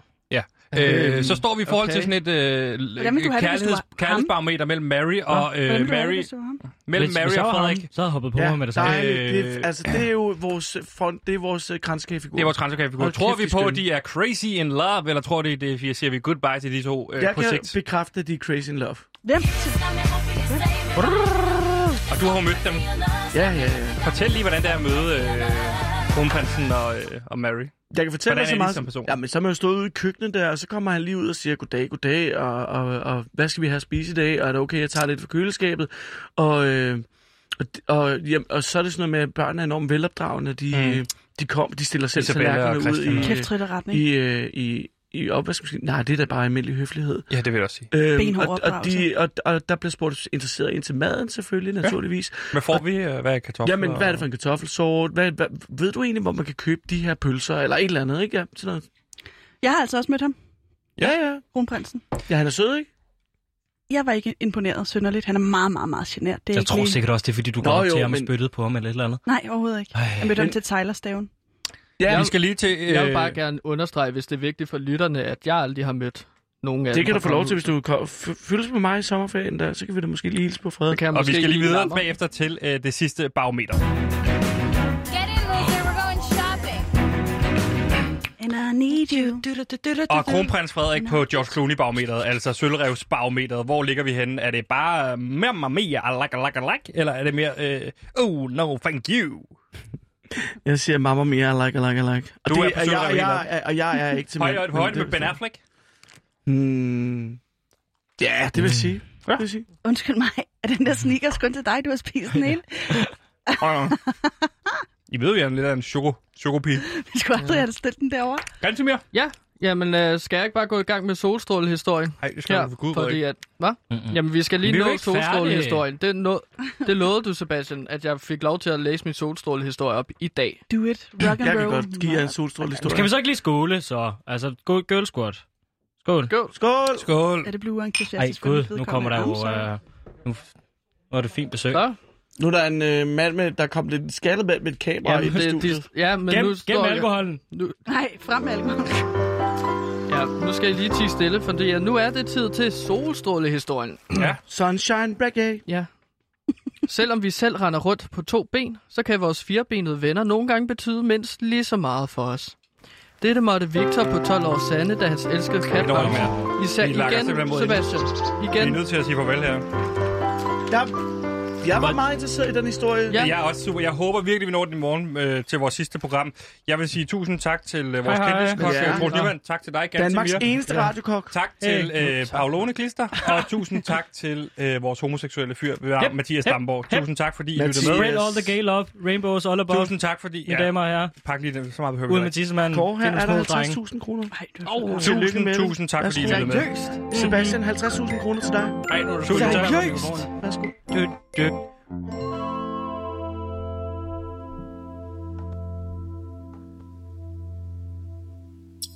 Øh, så står vi i forhold til okay. sådan et øh, Hvordan ville du have det, hvis du kærligheds, var ham? kærlighedsbarometer mellem Mary og øh, Hvordan ville du have det, Mary, hvis du var ham? mellem Hvis- hvis Mary jeg og var ham, Frederik. Så havde jeg hoppet på ham med det samme. dejligt. det, Øh, er, altså, det er jo vores front, det er vores uh, kranskagefigur. Det er vores translokalfigur. Hold Tror kæft, vi de er på, at skønne. de er crazy in love, eller tror de, det, vi siger vi goodbye til de to øh, Jeg på kan sigt? bekræfte, at de er crazy in love. Hvem? Og du har jo mødt dem. Ja, ja, ja. Fortæl lige, hvordan det er at møde øh, kronprinsen og, øh, og Mary. Jeg kan fortælle Hvordan dig er de så meget. som person? Jamen, så har man jo stået ude i køkkenet der, og så kommer han lige ud og siger, goddag, goddag, og, og, og hvad skal vi have at spise i dag, og er det okay, jeg tager lidt fra køleskabet, og... Øh, og, og, jamen, og så er det sådan noget med, at børnene er enormt velopdragende. De, Mm. mm. de kom, de stiller selv Isabella og tallerkenerne ud Christian. i, Kæft, trit og retning. i, øh, i, i opvaskemaskinen. Nej, det er da bare almindelig høflighed. Ja, det vil jeg også sige. Øhm, Benhård og, og, de, opdragelse. og, og der bliver spurgt interesseret ind til maden selvfølgelig, naturligvis. Men får vi, øh, hvad er kartofler? Jamen, hvad er det for en kartoffelsort? Hvad, hvad, ved du egentlig, hvor man kan købe de her pølser? Eller et eller andet, ikke? Ja, sådan noget. Jeg har altså også mødt ham, ja, ja. kronprinsen. Ja, han er sød, ikke? Jeg var ikke imponeret synderligt. Han er meget, meget, meget genert. Det er Jeg ikke tror lige... sikkert også, det er fordi, du Nå, går op jo, til ham og men- spyttede på ham eller et eller andet. Nej, overhovedet ikke. Jeg mødte ham til Tylerstaven. Ja, Jeg- vi skal lige til... Øh, Jeg vil bare gerne understrege, hvis det er vigtigt for lytterne, at jeg aldrig har mødt nogen af dem Det kan fra du få lov til, hvis kongehuset. du kom- f- fyldes med mig i sommerferien der, så kan vi da måske lige hilse på Frederik. Så kan jeg og vi måske skal lige lide videre lammer. bagefter til øh, det sidste barometer. Get in, loser. We're going shopping. And I need you. Og kronprins Frederik på George Clooney-barometeret, altså sølvrevsbarometeret. Hvor ligger vi henne? Er det bare øh, mamma mia, alak, alak, alak? Eller er det mere, øh, oh no, thank you? Jeg siger mamma mia, I like, I like, I like. Og Du er det, på og jeg, og sølvrevhinderen. jeg, og og jeg er ikke til Højt men højt det med er Ben sådan- Affleck? <laughs> Hmm. Ja, det vil jeg sige. Det vil jeg sige. Undskyld mig, er den der sneakers kun til dig, du har spist den hele? Åh, nå. I ved jo, jeg er lidt af en choko, chokopige. Vi skulle aldrig have stillet den derovre. Gantimir? Ja, jamen øh, skal jeg ikke bare gå i gang med solstrålehistorien? Nej, det skal Ja, du for gud, fordi Frederik. at... Hvad? Mm-mm. Jamen, vi skal Men lige vi er jo nå ikke færdige. solstrålehistorien. Det, nå, det lovede du, Sebastian, at jeg fik lov til at læse min solstrålehistorie op i dag. Do it. Rock and Jeg kan roll. godt give jer en solstråle historie. Skal vi så ikke lige skåle, så? Altså, go- girl squat. Skål. Skål. Skål! Skål. Er det blevet Ej, uentusiastisk? for mit gud, nu vedkommende? kommer der jo... Øh, I'm sorry. nu, nu er det fint besøg. Så? Nu er der en øh, mand, med, der kom lidt en skaldet mand med et kamera Ja, ind i det, studiet. det, ja, men Gem, nu gem står jeg, alkoholen. nu, Nej, frem med alkohol. ja, nu skal jeg lige tige stille, fordi at nu er det tid til solstrålehistorien. Sunshine Reggae. Ja. Selvom vi selv render rundt på to ben, så kan vores firebenede venner nogle gange betyde mindst lige så meget for os. Dette måtte Victor på 12 år sande, da hans elskede kat når var ikke Især Vi lakker igen, simpelthen mod Sebastian. Vi er Igen. nødt til at sige farvel her. Ja, Jeg var meget interesseret i den historie. Ja. Ja. Jeg er også super. Jeg håber virkelig, vi når den i morgen øh, til vores sidste program. Jeg vil sige tusind tak til øh, vores Hej, hej. kendtiskok, Ja. ja. Troels Nyman. Tak til dig, Gansimir. Danmarks eneste radiokok. Tak til øh, Paulone Klister, og tusind tak til øh, vores homoseksuelle fyr, Hep, yep. Mathias hep, Damborg. hep. Tusind tak, fordi I Mathias. lyttede med. Spread all the gay love, rainbows all above, Tusind tak, fordi... mine damer og herrer. Pak lige den, så meget behøver Uden vi med ikke. tissemanden, Kåre, her find er små der drenge. 50.000 kroner. Ej, du Oh, Tusind, tusind tak, fordi I lyttede med. med. Sebastian, 50.000 kroner til dig. Ej, nu er det tusind tak. Værsgo. Død, død.